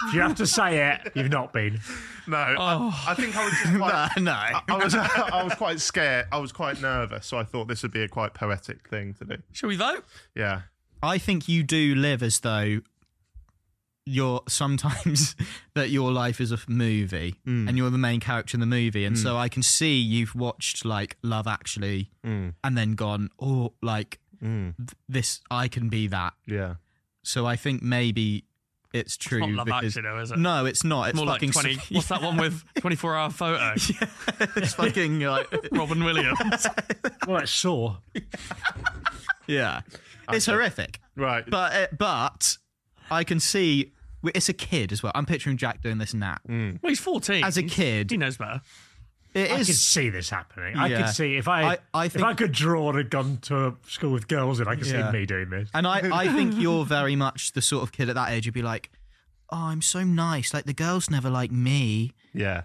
If you have to say it, you've not been.
No, I-
Oh.
I, think I was just
No,
quite.
no.
I was I was quite scared. I was quite nervous, so I thought this would be a quite poetic thing to do.
Shall we vote?
Yeah,
I think you do live as though you're sometimes that your life is a f- movie and you're the main character in the movie and so i can see you've watched like love actually and then gone oh like th- this i can be that
yeah.
so i think maybe it's true
not Love
because-
Actually, though, is it?
no it's not it's
More like
fucking
20.
Soph-
What's that one with 24 hour photo?
it's fucking uh, like
Robin Williams.
Well, it's Saw.
yeah it's horrific
Right.
but uh, but i can see it's a kid as well i'm picturing jack doing this now
well, he's 14.
as a kid
He knows better.
It
I could
is.
see this happening. I
Yeah.
could see if I,
I- I
if
think-
I could draw and had gone to a school with girls, and I could
Yeah.
see me doing this.
And I, I think you're very much the sort of kid at that age who'd be like, oh, I'm so nice. Like, the girls never like me.
yeah.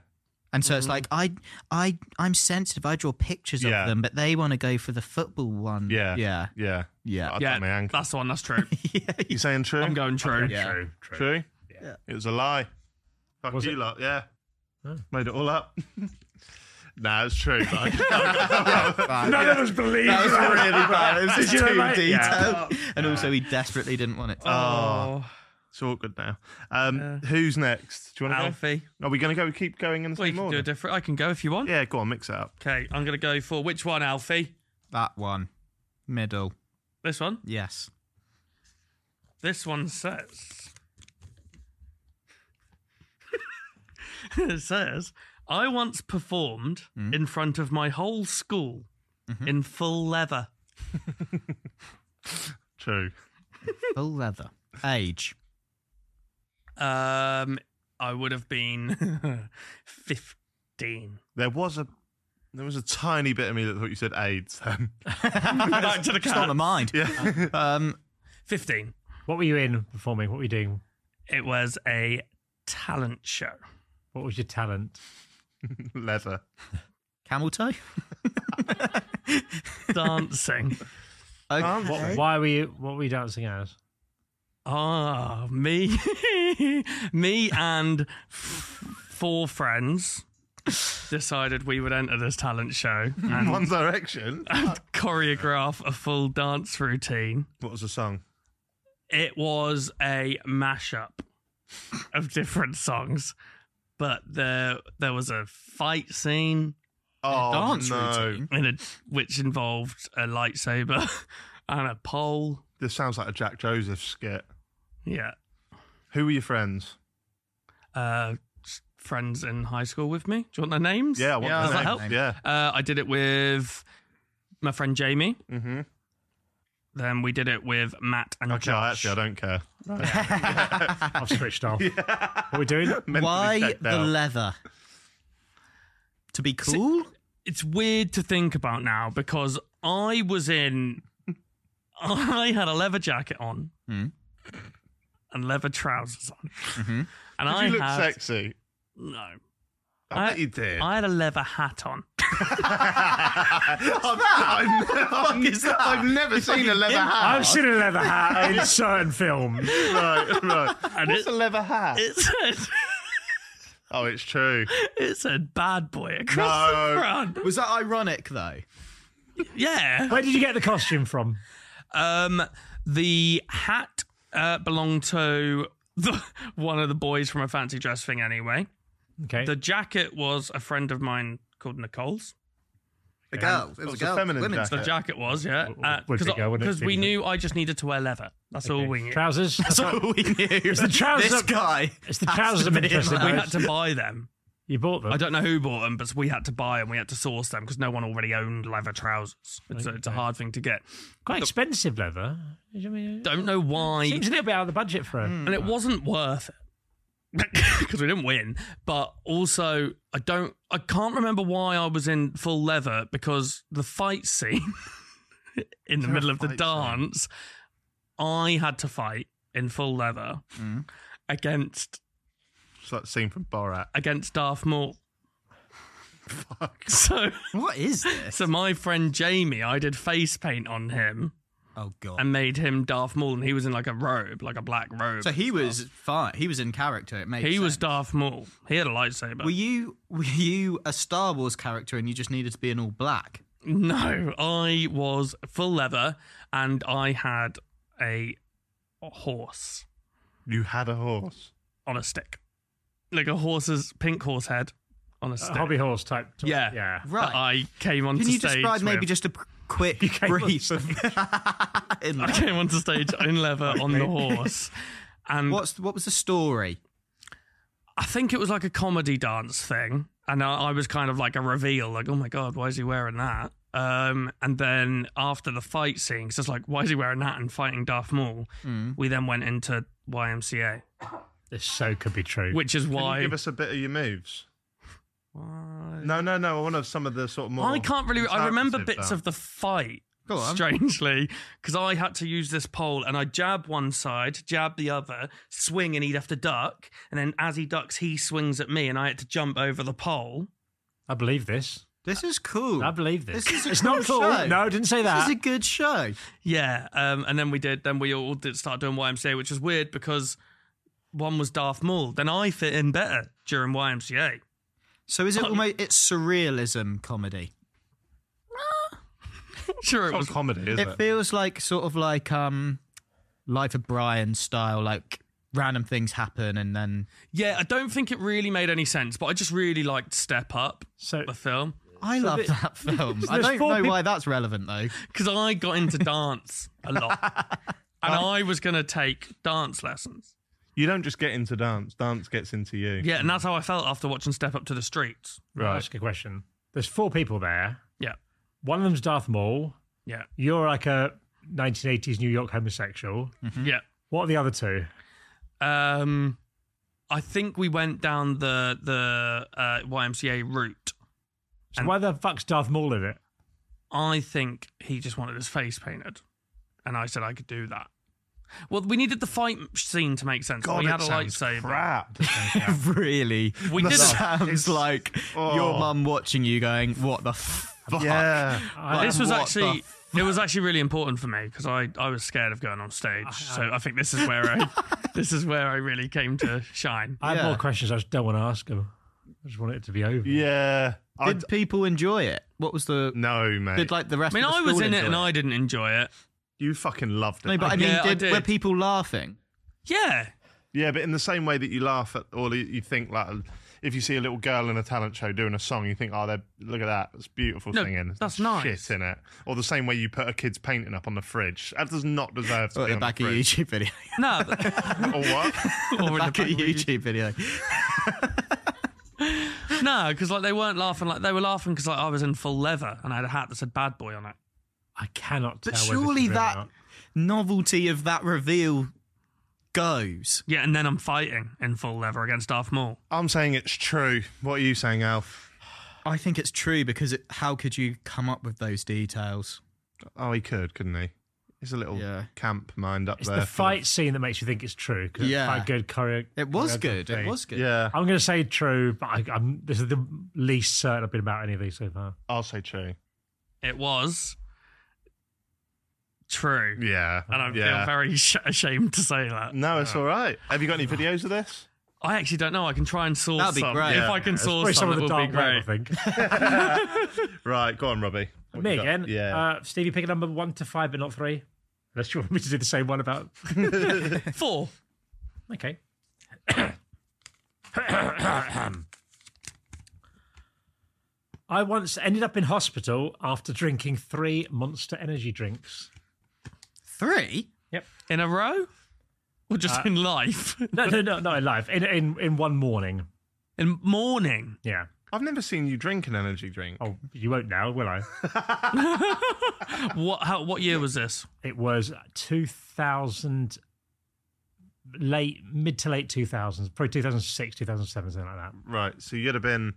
And so it's like, I, I, I'm sensitive. I draw pictures
Yeah.
of them, but they want to go for the football one.
Yeah.
Yeah.
Yeah.
Yeah.
I
yeah,
got my ankle.
that's the one. That's true.
You saying true?
I'm going true.
Yeah.
True, true.
True.
Yeah.
It was a lie. Fuck
Was
you
it?
lot. Yeah. Made it all up. nah, it's true. But I-
None of us believe
That was
that.
really bad. It was
Did Oh, you know
too
that?
detailed.
Yeah.
And also, he desperately didn't want it. To.
Oh,
it's awkward now. Um, Who's next? Do you want to
Alfie.
go? Are we going to go? Keep going in the
Well, you
same
can
order.
do a different. I can go if you want.
yeah, go on. Mix it up.
Okay, I'm going to go for which one, Alfie?
that one. Middle.
This one?
Yes.
This one says. it says, I once performed in front of my whole school in full leather.
True.
Full leather. Age.
Um, I would have been 15.
There was a there was a tiny bit of me that thought you said AIDS. Then.
Back to the
It's not the
cat.
mind.
yeah.
Um,
15.
What were you in performing? What were you doing?
It was a talent show.
What was your talent?
Leather.
camel toe?
Dancing.
Okay.
What-
Why were you? What were you dancing as?
Ah, me, me, and f- four friends decided we would enter this talent show and
One Direction.
choreograph a full dance routine.
what was the song?
It was a mashup of different songs, but there there was a fight scene
Oh
Dance
no!
routine.
in a, which involved a lightsaber and a pole.
This sounds like a Jack Joseph skit.
Yeah,
Who were your friends?
uh, s- friends in high school with me. Do you want their names?
Yeah. What
Yeah,
was
does that
their
help?
name? Yeah.
Uh, I did it with my friend Jamie.
Mm-hmm.
Then we did it with Matt and
Okay, I
Josh.
actually, I don't care.
I've switched off. What are we doing?
Mentally
Why
checked
the
out.
leather? To be cool?
it's weird to think about now because I was in. I had a leather jacket on
Hmm.
and leather trousers on,
Mhm.
Did
and I
Mm-hmm. you look
had
sexy?
no.
I,
I-
bet you did.
I had a leather hat on.
I've, I've, I've,
is that?
I've never seen a leather hat.
I've
Oh,
seen a leather hat in certain films.
right, right.
And
What's
it,
a leather hat?
it said
oh, it's true.
it said bad boy across
No.
the front.
Was that ironic though?
Yeah.
Where did you get the costume from?
Um, the hat uh, belonged to the, one of the boys from a fancy dress thing, anyway.
Okay.
The jacket was a friend of mine called Nicole's.
The girls. It was,
was
a
a
girl.
feminine
women's
jacket.
The jacket was, yeah.
Uh,
uh,
W- w- would be good, wouldn't it,
Because
to
we
be
knew I just needed to wear leather. That's all we knew.
Trousers.
That's all we knew. It's
the trousers
This
up-
guy.
It's the
has
trousers
to
I'm
be in
interested in.
that.
We had to buy them.
You bought them.
I don't know who bought them, but we had to buy them. We had to source them because no one already owned leather trousers. It's, a, it's a hard thing to get.
Quite expensive leather. You know what I mean?
Don't know why.
Seems a little bit out of the budget for a
Mm.
and it wasn't worth it because we didn't win but also i don't i can't remember why i was in full leather because the fight scene in the
there a
middle of the
fight scene?
dance i had to fight in full leather
Mm.
against
It's that scene from Borat.
against darth maul so
What is this?
so my friend jamie i did face paint on him
Oh god.
and made him darth maul and he was in like a robe like a black robe
so he was fine. He was in character. It makes
he was
sense.
darth maul he had a lightsaber
Were you were you a Star Wars character and you just needed to be in all black?
No, I was full leather and I had a horse
You had a horse.
on a stick. Like a horse's pink horse head on a stick.
hobby horse type.
yeah.
Yeah.
That
Right.
I came onto
Can you
stage.
describe maybe
with-
just a p- quick
came on
brief? in
I came onto stage in leather on the horse. And
What's what was the story?
I think it was like a comedy dance thing, and I, I was kind of like a reveal, like, oh my god, why is he wearing that? Um, and then after the fight scene, 'cause it's like, why is he wearing that and fighting Darth Maul? We then went into YMCA,
This so could be true.
which is
Can you
why
give us a bit of your moves? No, no, no. I want to have some of the sort of more.
I can't really. I remember
interpretive
bits
stuff.
of the fight.
Go on.
Strangely, because I had to use this pole and I jab one side, jab the other, swing, and he'd have to duck. And then as he ducks, he swings at me, and I had to jump over the pole.
I believe this.
This is cool.
I believe this.
This is a
it's
cool
not cool.
show.
No, I didn't say
This
that.
is a good show.
Yeah, um, and then we did. Then we all did start doing YMCA, which is weird because one was Darth Maul. Then I fit in better during YMCA.
So is it
Oh,
almost it's surrealism comedy?
Sure, it
It's
was.
not comedy, is it?
It feels like sort of like um, Life of Brian style, like random things happen and then
Yeah, I don't think it really made any sense, but I just really liked Step Up,
so
the film,
I love that film. I
there's
don't
four
know
peop-
why that's relevant though.
because I got into dance a lot, and I was gonna take dance lessons.
You don't just get into dance. Dance gets into you.
Yeah, and that's how I felt after watching Step Up to the Streets.
I'll ask you a question. There's four people there.
Yeah,
One of them's Darth Maul.
yeah,
You're like a 1980s New York homosexual.
Mm-hmm.
yeah.
What are the other two?
Um, I think we went down the the uh, YMCA route.
So why the fuck's Darth Maul in it?
I think he just wanted his face painted, and I said I could do that. Well, we needed the fight scene to make sense.
God,
we
it
had a
sounds
lightsaber.
Crap.
really
We did.
sounds like your
Oh.
mum watching you going, "What the fuck?"
yeah.
Like,
This was
what
actually
the f-
it was actually really important for me because I, I was scared of going on stage. so I think this is where I this is where I really came to shine.
I have
Yeah.
more questions. I just don't want to ask them. I just want it to be over.
Yeah. I
did people enjoy it? What was the
no, mate.
did like the
I
rest?
mean,
of the
I was
school
in it
enjoy
and I didn't enjoy it.
you fucking loved it.
No, but I mean,
Yeah, I
did,
did.
were people laughing?
Yeah,
yeah, but in the same way that you laugh at or you- you think like if you see a little girl in a talent show doing a song, you think, oh, they're, look at that, it's beautiful
No,
singing.
that's
There's
nice.
Shit in it. Or the same way you put a kid's painting up on the fridge. That does not deserve to
Or
be
the
on
back
the
of
fridge.
YouTube video?
no,
Or what?
or in the
back
back-
of YouTube video.
no, because like they weren't laughing. Like they were laughing because like I was in full leather and I had a hat that said "Bad Boy" on it.
I cannot tell.
But
whether this is
surely
real or
that
not.
novelty of that reveal goes.
Yeah, and then I'm fighting in full leather against Darth Maul.
I'm saying it's true. What are you saying, Alf?
I think it's true because it, how could you come up with those details?
Oh, he could, couldn't he? He's a little
Yeah.
camp mind up
It's
there.
the
full of-
fight scene that makes you think it's true. 'cause it's
Yeah.
quite good choreo-
It was
choreography.
good. It was good.
Yeah,
I'm going to say true, but I, I'm, this is the least certain I've been about any of these so far.
I'll say true.
It was true,
Yeah,
and I
yeah.
feel very sh- ashamed to say that.
No, it's all right. Have you got any videos of this?
I actually don't know. I can try and source
That'd be
some.
great.
If I can
Probably
source some,
some of
it
the
would be
dark web, I
great.
think.
Right, go on, Robbie. What
Me
you got?
again.
Yeah.
Uh, Stevie, pick a number one to five, but not three. Unless you want me to do the same one about.
Four.
Okay. I once ended up in hospital after drinking three Monster Energy drinks.
Three?
in a row, or just
Uh,
in life,
No, no, no, not in life. In in in one morning.
in morning.
Yeah.
I've never seen you drink an energy drink.
Oh, you won't now, will I?
What? How? What year was this?
It was two thousand, late mid to late two thousands, probably two thousand six, two thousand seven, something like
Right, so you'd have been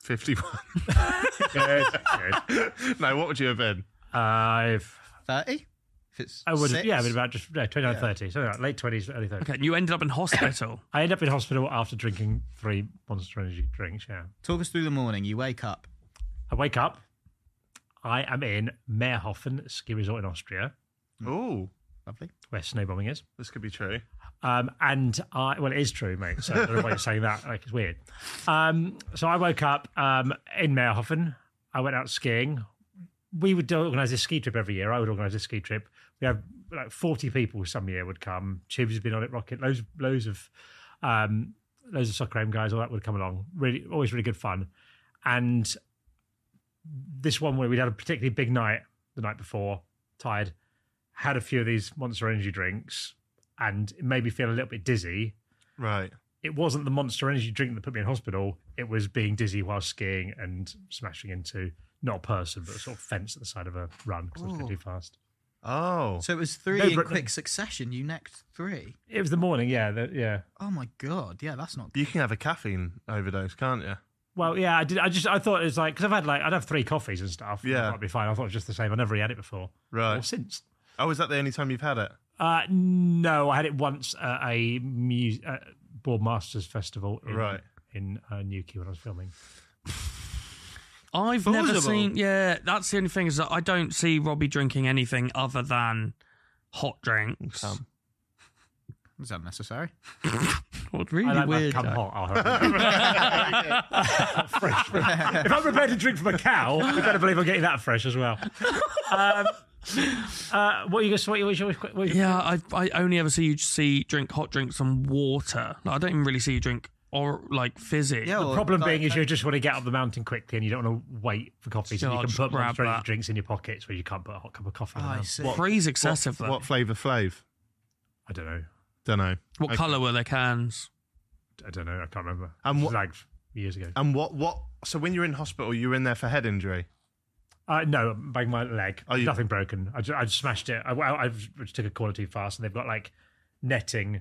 51.
that. Good, good.
no, what would you have been?
I've
30? If it's
I would have,
six?
yeah, I mean, about just yeah, 29, 30, something like late 20s, early 30s.
Okay, you ended up in hospital.
I ended up in hospital after drinking three Monster Energy drinks, yeah.
Talk us through the morning. You wake up.
I wake up. I am in Meerhofen ski resort in Austria,
Oh,
Lovely.
where snowbombing is.
this could be true.
Um, and I, well, it is true, mate. So I don't know why you're saying that. Like, it's weird. Um, so I woke up um, in Meerhofen. I went out skiing. We would organize this ski trip every year. I would organize this ski trip. We have like 40 people some year would come. Chibs has been on it, Rocket, loads, loads of, um, loads of soccer guys, all that would come along. Really, always really good fun. And this one where we'd had a particularly big night the night before, tired, had a few of these Monster Energy drinks, and it made me feel a little bit dizzy.
Right.
It wasn't the Monster Energy drink that put me in hospital. It was being dizzy while skiing and smashing into not a person, but a sort of fence at the side of a run because I was going too fast.
Oh.
So it was three
No,
in
but-
quick succession. You necked three.
It was the morning, yeah, the, yeah.
Oh my God. Yeah, that's not good.
You can have a caffeine overdose, can't you?
Well, yeah, I did. I just I thought it was like because I've had like I'd have three coffees and stuff.
Yeah.
I'd be fine. I thought it was just the same. I never really had it before
Right.
or since.
Oh, is that the only time you've had it?
Uh, no, I had it once at a mu- uh, Board Masters Festival in,
Right.
in uh, Newquay when I was filming.
I've never
Plausible.
seen. Yeah, that's the only thing is that I don't see Robbie drinking anything other than hot drinks.
Come.
Was that necessary?
What really
I like
weird.
my cum
uh,
hot. I'll have it. fresh. If I'm prepared to drink from a cow, you better believe I'm getting that fresh as well. Um, uh, what are you going to what, you- what, you- what, you-
Yeah, I I only ever see you see drink hot drinks and water. Like, I don't even really see you drink or like fizzy.
Yeah, or
Problem
like-
being is you just want to get up the mountain quickly and you don't want to wait for coffee, so
Sure,
you can
just
put
grab
monster energy
that.
drinks in your pockets where you can't put a hot cup of coffee.
Oh,
in your
I
mouth.
see.
three's excessive though.
What flavour, Flav?
I don't know.
Don't know.
What colour were their cans?
I don't know. I can't remember.
And
This
what-
was like years ago.
And what, what? So when you're in hospital, you're in there for head injury?
Uh, no, bang my leg.
Oh, you-
Nothing broken. I just, I just smashed it. I, I, I just took a corner too fast, and they've got like netting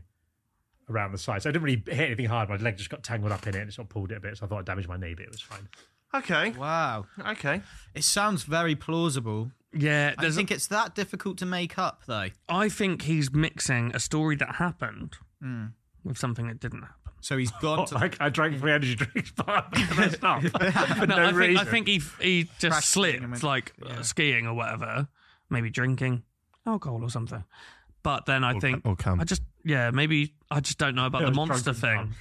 around the side. So I didn't really hit anything hard. My leg just got tangled up in it and it sort of pulled it a bit. So I thought I damaged my knee, but it was fine.
Okay.
Wow.
Okay.
It sounds very plausible.
Yeah,
I
there's.
think it's that difficult to make up, though.
I think he's mixing a story that happened
Hmm.
with something that didn't happen.
So he's gone
But,
to.
like I drank three energy drinks, but I messed up for
No,
no
I think
reason.
I think he he just
Crashed skiing
slipped,
and went-
like uh, skiing or whatever, maybe drinking alcohol or something. But then I think
or cum.
I just yeah maybe I just don't know about
Yeah,
the
it was
monster
drunken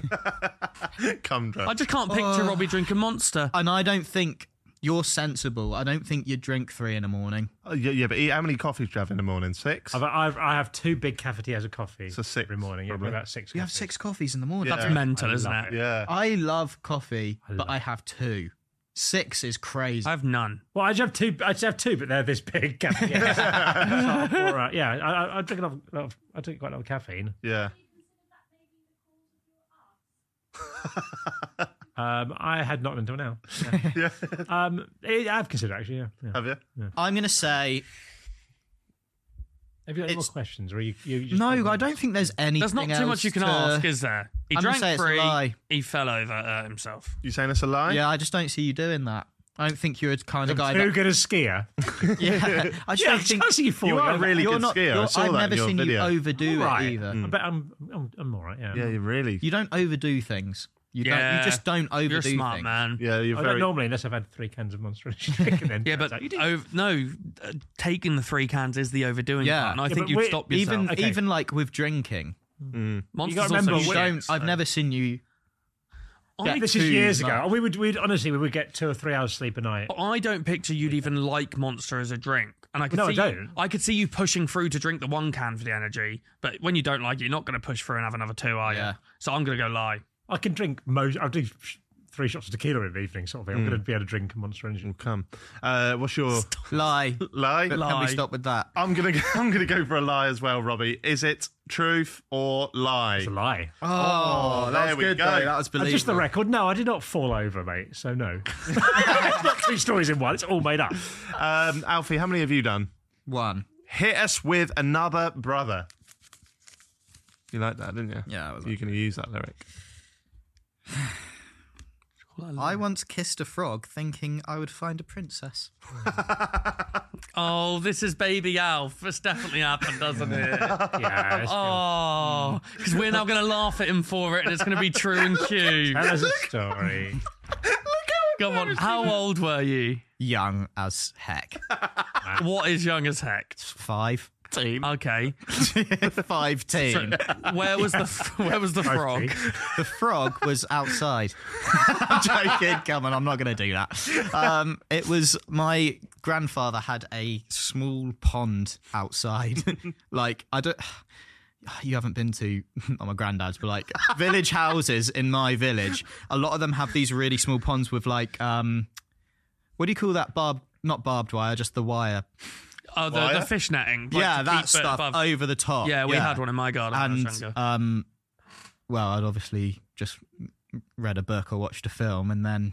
thing.
Come drunk.
I just can't picture
Oh.
Robbie drinking monster.
And I don't think you're sensible. I don't think you drink three in the morning.
Oh, yeah, yeah, but eat, how many coffees do you have in the morning? Six?
I've, I've, I have two big cafetiers of coffee
So six,
every morning. Yeah,
probably.
about six.
You have
cafes.
six coffees in the morning.
That's
Yeah.
mental,
I
isn't
love
it?
yeah.
I love coffee,
I love
but I have two. Six is crazy.
I have none.
Well, I just have two. I just have two, but they're this big. Cafetiers. So, all right. Yeah, I, I, I drink a lot of, lot of. I drink quite a lot of caffeine.
Yeah.
Um, I had not until now.
Yeah.
Um, it, I've considered actually. Yeah. yeah.
have you?
I'm going to say.
Have you got any more
It's-
questions? Or are you, you just
No, I don't think there's anything.
There's not too much
else
you can
to-
ask, is there? He
I'm gonna say
drank
it's a
free.
lie.
He fell over uh, himself.
You saying it's a lie?
Yeah, I just don't see you doing that. I don't think you're the kind of guy
Too
that.
good a skier.
Yeah, I just
Yeah,
don't think
I see you for
You
it.
are really
you're
good
not.
skier. I
you're-
saw
I've
that
never
in your
seen
video.
you overdo
All right. Mm.
it either.
I bet I'm, I'm, I'm all right. Yeah.
Yeah, you really.
You don't overdo things. You don't.
Yeah.
You just don't overdo
You're a smart
things.
man.
yeah, you're
I don't
very.
normally, unless I've had three cans of Monster Energy drink, and then
Yeah, but
turns out you did.
ov- no, uh, taking the three cans is the overdoing
Yeah.
part, and I
Yeah,
think
but
you'd
we-
stop yourself.
Even
Okay.
even like with drinking,
Monsters
gotta
also
remember
you
shit,
when-
don't. I've
so-
never seen you.
I
get
this is
too
years
much.
ago. We would, we'd honestly, we would get two or three hours sleep a night.
I don't picture you'd even like Monster as a drink, and I could
No, I
see You,
don't.
I could see you pushing through to drink the one can for the energy, but when you don't like it, you're not going to push through and have another two, are you?
Yeah.
So I'm going to go lie.
I can drink most. I'll do three shots of tequila in the evening, sort of thing. I'm going to be able to drink a Monster Engine.
We'll come. Uh, what's your
Lie.
lie?
Can
Lie.
we stop with that?
I'm gonna go, I'm gonna go for a lie as well, Robbie. Is it truth or lie?
It's a lie.
Oh, that
there
was
we
good
go.
though. That was
And
believable.
just the record, no, I did not fall over, mate. So no, It's not three stories in one. It's all made up.
Um, Alfie, how many have you done?
one.
Hit us with another brother. You like that, didn't you?
Yeah, I was
You're gonna use that lyric.
I once kissed a frog, thinking I would find a princess.
Oh, this is Baby Alf. It's definitely happened, doesn't it?
Yeah, it's cool.
Oh, because we're now going to laugh at him for it, and it's going to be true and cute.
Tell us a story.
Come on, how old were you?
Young as heck.
What is young as heck?
Five. Team.
Okay,
Five team.
where was the where was the frog?
The frog was outside. I'm joking. Come on, I'm not going to do that. Um, it was my grandfather had a small pond outside. like, I don't. You haven't been to not my granddad's, but like village houses in my village. A lot of them have these really small ponds with like, um, what do you call that? Barb, not barbed wire, just the wire.
Oh, the,
Wire?
the fish netting. like,
yeah,
to
that
keep it
stuff
above.
over the top.
yeah, we had one in my garden. when I was
and
younger.
um, well, I'd obviously just read a book or watched a film, and then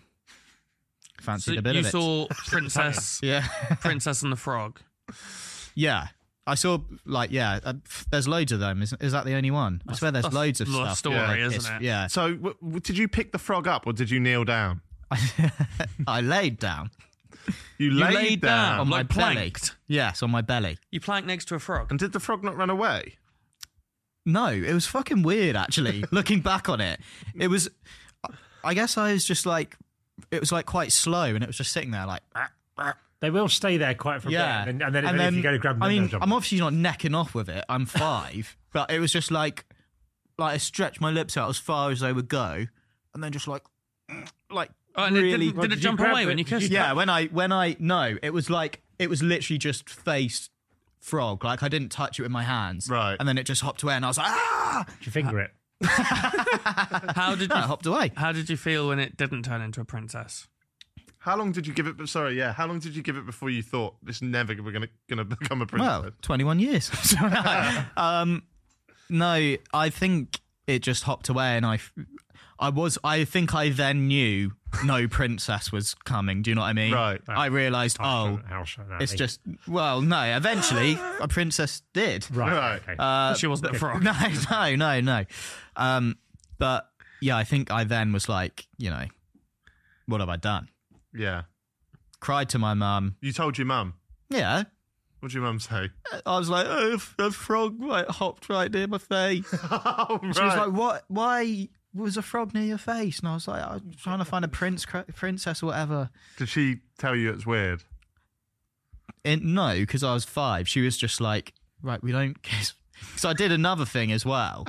fancied a
so
bit
you
of it.
saw Princess
yeah,
Princess and the Frog.
yeah. I saw like yeah. Uh, f- there's loads of them. Is, is that the only one? I swear, there's
that's
loads of
the
stuff.
story,
like,
isn't
it's-
it?
Yeah,
So, w- w- did you pick the frog up or did you kneel down?
I laid down.
You
You
laid,
laid
down.
down,
on my
like
belly.
planked.
Yes, on my belly.
You planked next to a frog.
And did the frog not run away?
No, it was fucking weird actually. looking back on it, it was. I guess I was just like, it was like quite slow, and it was just sitting there like.
They will stay there quite for
Yeah,
a bit, and, and then, and if you go to grab them,
I
they'll
mean,
jump
I'm
on.
obviously not necking off with it. I'm five, but it was just like, like I stretched my lips out as far as they would go, and then just like, like
Oh, and it
really,
didn't- did,
did
it
you
jump
grab
away
it?
when you
Did you
kissed?
yeah. When I when I no, it was like it was literally just face frog. Like I didn't touch it with my hands,
Right.
And then it just hopped away, and I was like, ah,
Did you finger it?
it? How did
and it
you
hopped away.
How did you feel when it didn't turn into a princess?
How long did you give it? Sorry, yeah. How long did you give it before you thought this never we're gonna gonna become a princess?
Well, 21 years. So, um, no, I think it just hopped away, and I, f- I was, I think I then knew no princess was coming. Do you know what I mean?
Right.
I realised, oh,
I'll show that.
it's just. Well, no. Eventually, a princess did.
right.
Right.
okay.
Uh,
she wasn't a frog.
no, no, no, no. Um, but yeah, I think I then was like, you know, what have I done?
yeah.
Cried to my mum.
You told your mum.
Yeah,
What did your mum say?
I was like, oh, f- a frog like hopped right near my face.
oh, right.
She was like, "What? Why was a frog near your face?" And I was like, "I was trying to find a prince, cr- princess, or whatever."
did she tell you it's weird?
And no, because I was five. She was just like, "Right, we don't kiss." So I did another thing as well.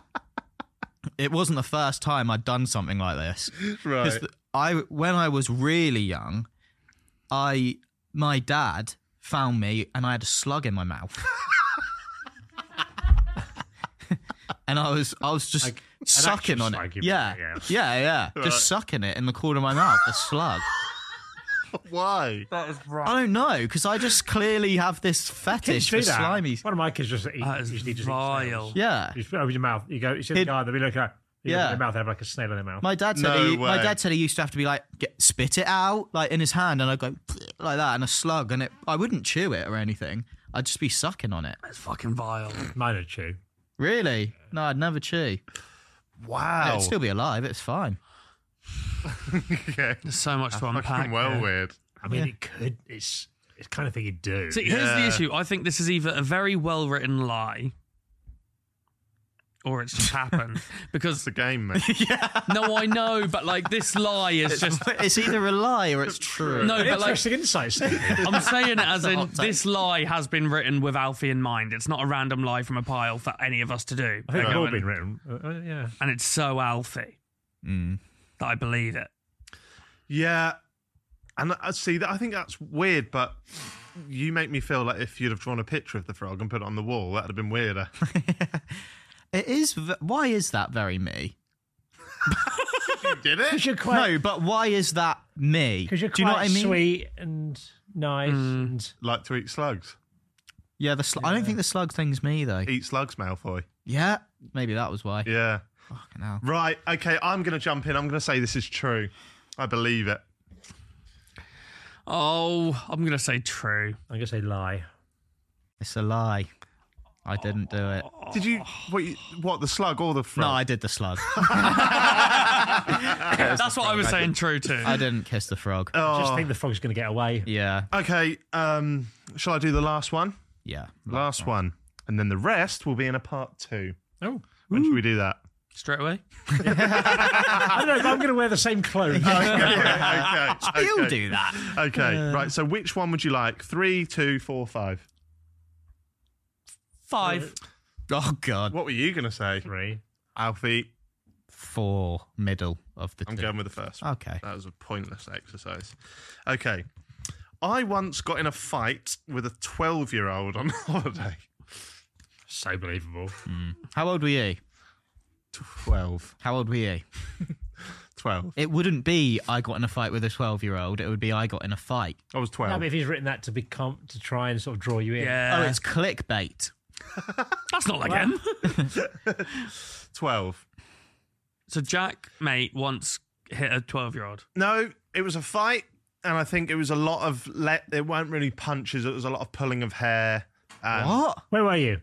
It wasn't the first time I'd done something like this.
Right.
'Cause th- I, when I was really young, I my dad found me and I had a slug in my mouth. And I was, I was just sucking
actual
on
slug,
it.
you mean,
Yeah, yeah,
yeah.
yeah,
Right.
Just sucking it in the corner of my mouth, a slug.
Why?
That is right.
I don't know because I just clearly have this
Kids
fetish
do
for
that.
slimy.
One of my kids just eat,
That is
usually just eat
vile.
snails.
Yeah,
You just open your mouth. You go. You see the
He'd-
guy. They look at. You
Yeah.
yeah. Their mouth. They have like a snail in their mouth.
my dad said
No
he, my
way.
dad said he used to have to be like get, spit it out like in his hand, and I would go like that, and a slug, and it I wouldn't chew it or anything. I'd just be sucking on it.
That's fucking vile.
Mine would chew.
Really? No, I'd never chew.
Wow.
I'd still be alive. It's fine.
okay.
There's so much to unpack.
Fucking well
there.
weird.
I mean, it could. It's it's kind of thing you do.
See,
Yeah.
here's the issue. I think this is either a very well written lie or it's just happened.
It's
because,
a game, mate.
no, I know, but like this lie is just.
It's either a lie or it's true.
No, but like.
Interesting insights. Steve.
I'm saying it as in
hot take.
this lie has been written with Alfie in mind. It's not a random lie from a pile for any of us to do.
I think
Go
they've all
and-
been written. Uh, uh, yeah.
and it's so Alfie
Mm.
that I believe it.
Yeah, and I see that. I think that's weird, but you make me feel like if you'd have drawn a picture of the frog and put it on the wall, that'd have been weirder.
It is. v- Why is that very me?
you did it.
Because you're quite,
No, but why is that me?
because you're quite
Do you know what I mean?
sweet and nice.
Mm.
And
Like to eat slugs.
Yeah, the sl- I don't think the slug thing's me though.
Eat slugs, Malfoy.
Yeah, maybe that was why.
Yeah.
Fucking hell.
Right. Okay. I'm going to jump in. I'm going to say this is true. I believe it.
Oh, I'm gonna say true.
I'm going to say lie.
It's a lie. I didn't do it.
Did you what? You, what the slug or the frog?
No, I did the slug.
That's what I was saying true too.
I didn't kiss the frog.
Oh.
I
Oh.
just think the frog's going to get away.
Yeah,
Okay. Um. Shall I do the last one?
yeah.
Last one, and then the rest will be in a part two.
Oh.
When should we do that?
Straight away.
I don't know, but I'm going to wear the same clothes.
okay. Okay.
He'll do that.
Okay. Right. So which one would you like? Three, two, four, five.
Five.
Oh god.
What were you going to say,
Three.
Alfie?
Four middle of the.
I'm
two.
going with the first. one.
Okay.
That was a pointless exercise. Okay. I once got in a fight with a 12 year old on holiday.
So believable.
How old were you?
12.
How old were you?
12.
It wouldn't be I got in a fight with a twelve-year-old. It would be I got in a fight.
I was
No,
12.
but if he's written that to be com- to try and sort of draw you in.
Yeah.
Uh,
oh, it's clickbait.
That's not like him.
12.
So Jack, mate, once hit a 12 year old.
No, it was a fight, and I think it was a lot of. Le- it weren't really punches, it was a lot of pulling of hair. And
What?
Where were you?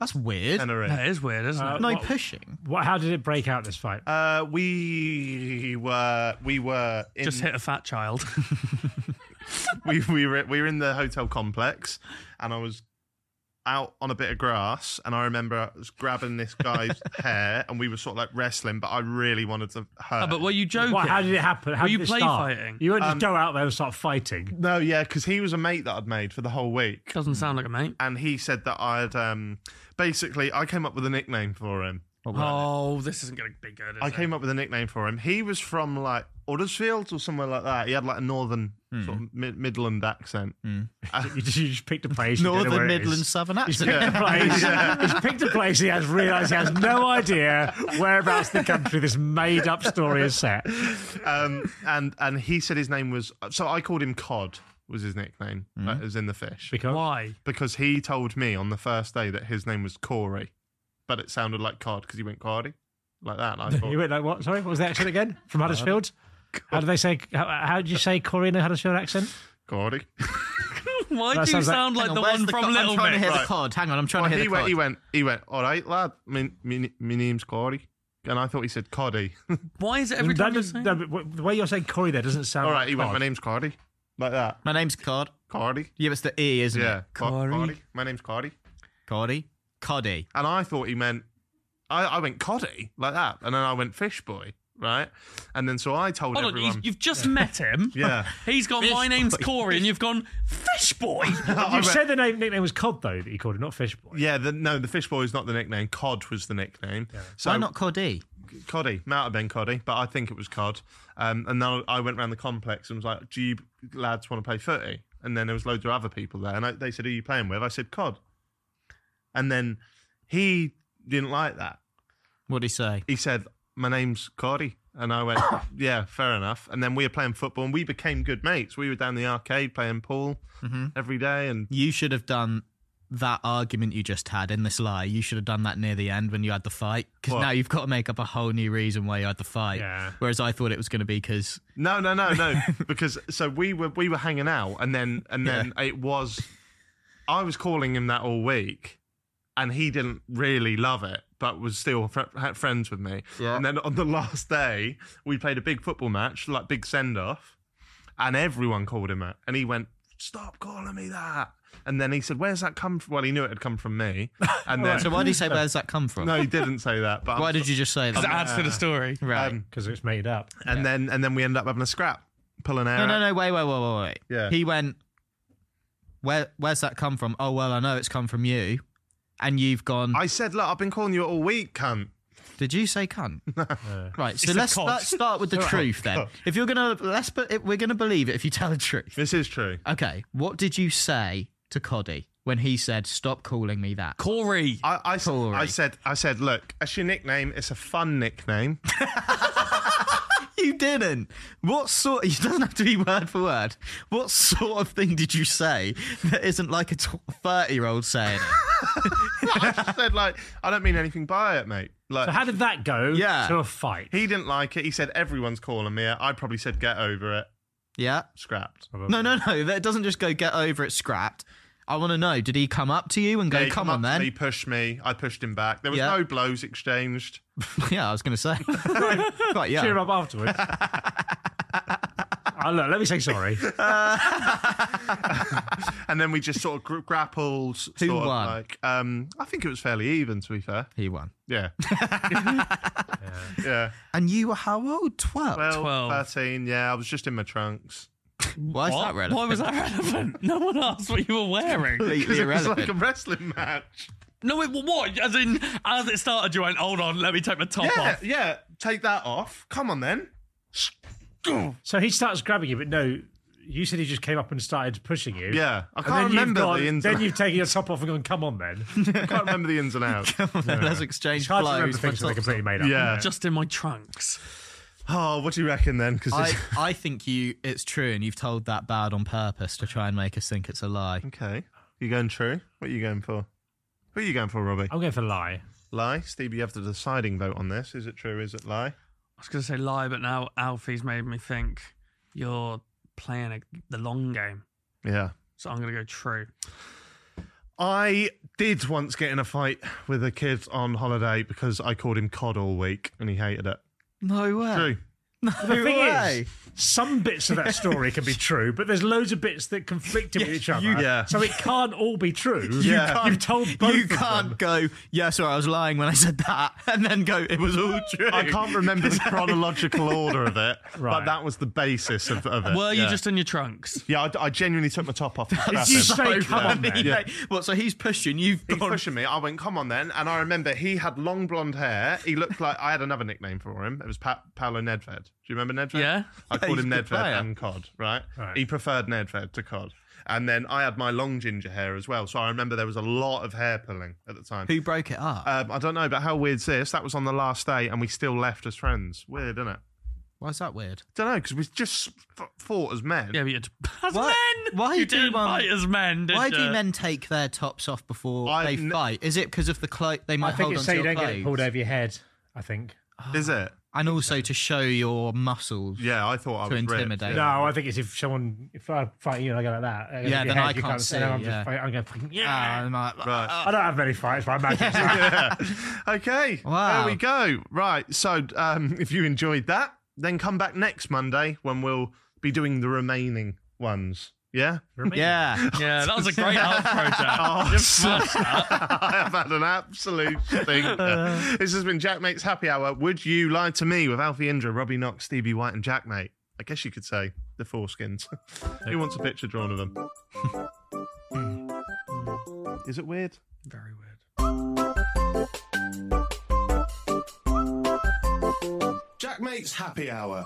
That's weird.
uh, and a ring.
That is weird, isn't
Uh,
it?
no
what-
pushing.
What, how did it break out this fight?
Uh, we were we were in
Just hit a fat child.
we, we were we were in the hotel complex, and I was out on a bit of grass, and I remember I was grabbing this guy's hair, and we were sort of like wrestling, but I really wanted to hurt.
Oh, but were you joking?
What, how did it happen? How
Were
did
you
it
play
start?
fighting? Um,
You won't just go out there and start fighting.
no, yeah, because he was a mate that I'd made for the whole week,
Doesn't sound like a mate.
and he said that I'd um basically I came up with a nickname for him.
What were
Oh, this isn't going to be good. Is
I
it?
came up with a nickname for him. He was from like Huddersfield or somewhere like that. He had like a northern sort of mid- Midland accent.
You just, you just picked a place. you don't know where
Northern
it
Midland
is.
Southern accent.
Yeah.
Picked a place. He's picked a place. He has realised he has no idea whereabouts in the country this made-up story is set.
um, and and he said his name was so I called him Cod was his nickname like, as in the fish
Because
Why?
because he told me on the first day that his name was Corey, but it sounded like Cod because he went Cardi like that. And I
you
thought
went like what? Sorry, what was the accent again? From Huddersfield.
Uh,
How do they say? How, how do you say Corey in a Huddersfield accent?
Cordy.
Why
That
do you
sounds like-
sound like,
Hang on,
the
where's
one
co-
from
I'm
Little
trying to
Big?
hear the
Right.
cod. Hang on, I'm trying
Well,
to hear
he
the
went.
cod.
He went. He went. All right, lad. My me, me name's Cordy, and I thought he said Coddy.
Why is it every
Mm, That
time you
does-
say?
no, but w- the way you're saying Corey there doesn't sound.
All
like
right, he went.
Cod.
My name's Cardi, like that.
My name's Cod.
Cardi.
Yeah, it's the E, isn't
Yeah,
it?
Co-
Corey.
Cordy. My name's Cardi,
Coddy. Coddy.
and I thought he meant. I, I went Coddy like that, and then I went Fish Boy, right? And then so I told
Hold on,
everyone.
you've, you've just met him.
Yeah.
He's gone, my name's Corey, and you've gone, Fish Boy.
I
You
went-
said the name, nickname was Cod though that you called it, not Fish Boy.
Yeah, the, no, the fish boy is not the nickname. Cod was the nickname. So
Why not Coddy?
Coddy? Might have been Coddy, but I think it was Cod. Um, and then I went around the complex and was like, "Do you lads want to play footy?" And then there was loads of other people there, and I, they said, "Who are you playing with?" I said, "Cod." And then he didn't like that.
What'd he say?
He said, "My name's Coddy," and I went, "Yeah, fair enough." And then we were playing football, and we became good mates. We were down the arcade playing pool every day, and
You should have done that argument you just had in this lie. You should have done that near the end when you had the fight. Because
What?
now you've got to make up a whole new reason why you had the fight.
Yeah.
Whereas I thought it was going to be because.
No, no, no, no. because so we were we were hanging out, and then and then it was. I was calling him that all week, and he didn't really love it, but was still fr- had friends with me.
Yeah.
And then on the last day, we played a big football match, like big send off, and everyone called him that, and he went, "Stop calling me that." And then he said, "Where's that come from?" Well, he knew it had come from me, and then
So why did you say, where's that come from?
no, he didn't say that. But
Why
I'm um,
did you just say
Because it
that?
adds to the story.
Right.
Because it's made up.
And then and then we ended up having a scrap, pulling air.
no, no,
out.
no. Wait, wait, wait, wait, wait.
Yeah.
He went, Where, where's that come from? Oh, well, I know it's come from you. And you've gone.
I said, "Look, I've been calling you it all week, cunt."
Did you say cunt? Right. So
It's a
let's,
cod.
let's start with the truth then. If you're gonna let's but if we're gonna believe it if you tell the truth.
This is true.
Okay. What did you say to Coddy when he said stop calling me that?
Corey.
I, I, s-
Corey.
I said, I said, look, it's your nickname. It's a fun nickname.
you didn't. What sort? It doesn't have to be word for word. What sort of thing did you say that isn't like a thirty-year-old saying? it?
I said like, I don't mean anything by it, mate. Like,
So how did that go?
Yeah.
To a fight.
he didn't like it. He said everyone's calling me. it." I probably said get over it.
yeah.
Scrapped.
No, no, no. That doesn't just go get over it, scrapped. I want to know. Did he come up to you and go,
Yeah, he
"Come
come
on,
up to
then"?
Me, pushed me. I pushed him back. There was
Yeah.
no blows exchanged.
Yeah, I was going to say. Quite young.
Cheer him up afterwards. oh, look, let me say sorry.
And then we just sort of gr- grappled.
Who
sort
won?
Of like, um, I think it was fairly even. To be fair,
He won.
yeah, yeah.
And you were how old? Twelve.
12,
12.
13, Yeah, I was just in my trunks.
Why is
What?
that relevant?
Why was that relevant? No one asked what you were wearing.
Completely
'Cause it was
irrelevant.
like a wrestling match.
No, it what? As in, as it started, you went, "Hold on, let me take my top
Yeah,
off."
yeah. Take that off. Come on then.
So he starts grabbing you, but no, you said he just came up and started pushing you.
Yeah, I
And then
can't remember
you've gone,
the ins.
Then
And
you've taken your top off and gone, come on then. It's
I can't remember the ins and outs.
Let's exchange
hard to remember
blows.
things that are completely made up.
Yeah.
Just in my trunks.
Oh, what do you reckon then? Because
I, I think you it's true and you've told that bad on purpose to try and make us think it's a lie.
okay, you going true? What are you going for? Who are you going for, Robbie?
I'm going for lie.
Lie, Steve. You have the deciding vote on this. Is it true? Is it lie?
I was gonna say lie, but now Alfie's made me think you're playing a, the long game,
Yeah.
so I'm gonna go true.
I did once get in a fight with a kid on holiday because I called him cod all week and he hated it.
No way.
True.
The thing
way.
is, some bits of that story can be true, but there's loads of bits that conflict with each other.
yeah.
So it can't all be true.
Yeah.
You can't, You've told both
You
of
can't
them.
go, yeah, sorry, I was lying when I said that, and then go, it was all true.
I can't remember the chronological order of it, but
Right.
that was the basis of, of it.
Were
yeah.
you just in your trunks?
Yeah, I, I genuinely took my top off. to slap
you
him.
say
So
come on
funny,
then?
Yeah.
like, What, so he's pushing, you've
He was
gone,
pushing me. I went, come on then. And I remember he had long blonde hair. He looked like I had another nickname for him. It was pa- Paolo Nedved. Do you remember Nedved?
Yeah.
I
Yeah,
called
he's
him
a good
Nedved
player.
and Cod, right?
Right.
He preferred Nedved to Cod. And then I had my long ginger hair as well. So I remember there was a lot of hair pulling at the time.
who broke it up?
Um, I don't know, but how weird's this? That was on the last day and we still left as friends. Weird, isn't it?
Why is that weird?
Don't know, because we just f- fought as men.
Yeah, but you'd, as
Why-
men.
why
you
do
didn't
one-
fight as men? Did
Why
you?
do men take their tops off before
I've
they
n-
fight? Is it because of the clo They
I
might
think
hold on
it's so
to
you
your
don't get it
clothes,
pulled over your head, I think.
Is it?
and also to show your muscles.
Yeah, I thought I
To
was ripped.
intimidate.
Yeah.
No, I think it's if someone, if I fight you and I go like that, and
Yeah,
if
then
you
I
head, you
can't
say,
see,
I'm
yeah.
just, I'm going, fucking, yeah.
Ah, I'm like,
Right.
I don't have many fights, but I imagine. it's like-
yeah. Okay.
Wow.
There we go. Right. So um, if you enjoyed that, then come back next Monday when we'll be doing the remaining ones. Yeah.
yeah.
Yeah, that was a great outro, Jack.
Oh,
Oh, You've smashed that.
I have had an absolute thing. this has been Jack Mate's Happy Hour. Would you lie to me with Alfie Indra, Robbie Knox, Stevie White, and Jack Mate? I guess you could say the foreskins. Who wants a picture drawn of them? Is it weird?
Very weird.
Jack Mate's Happy Hour.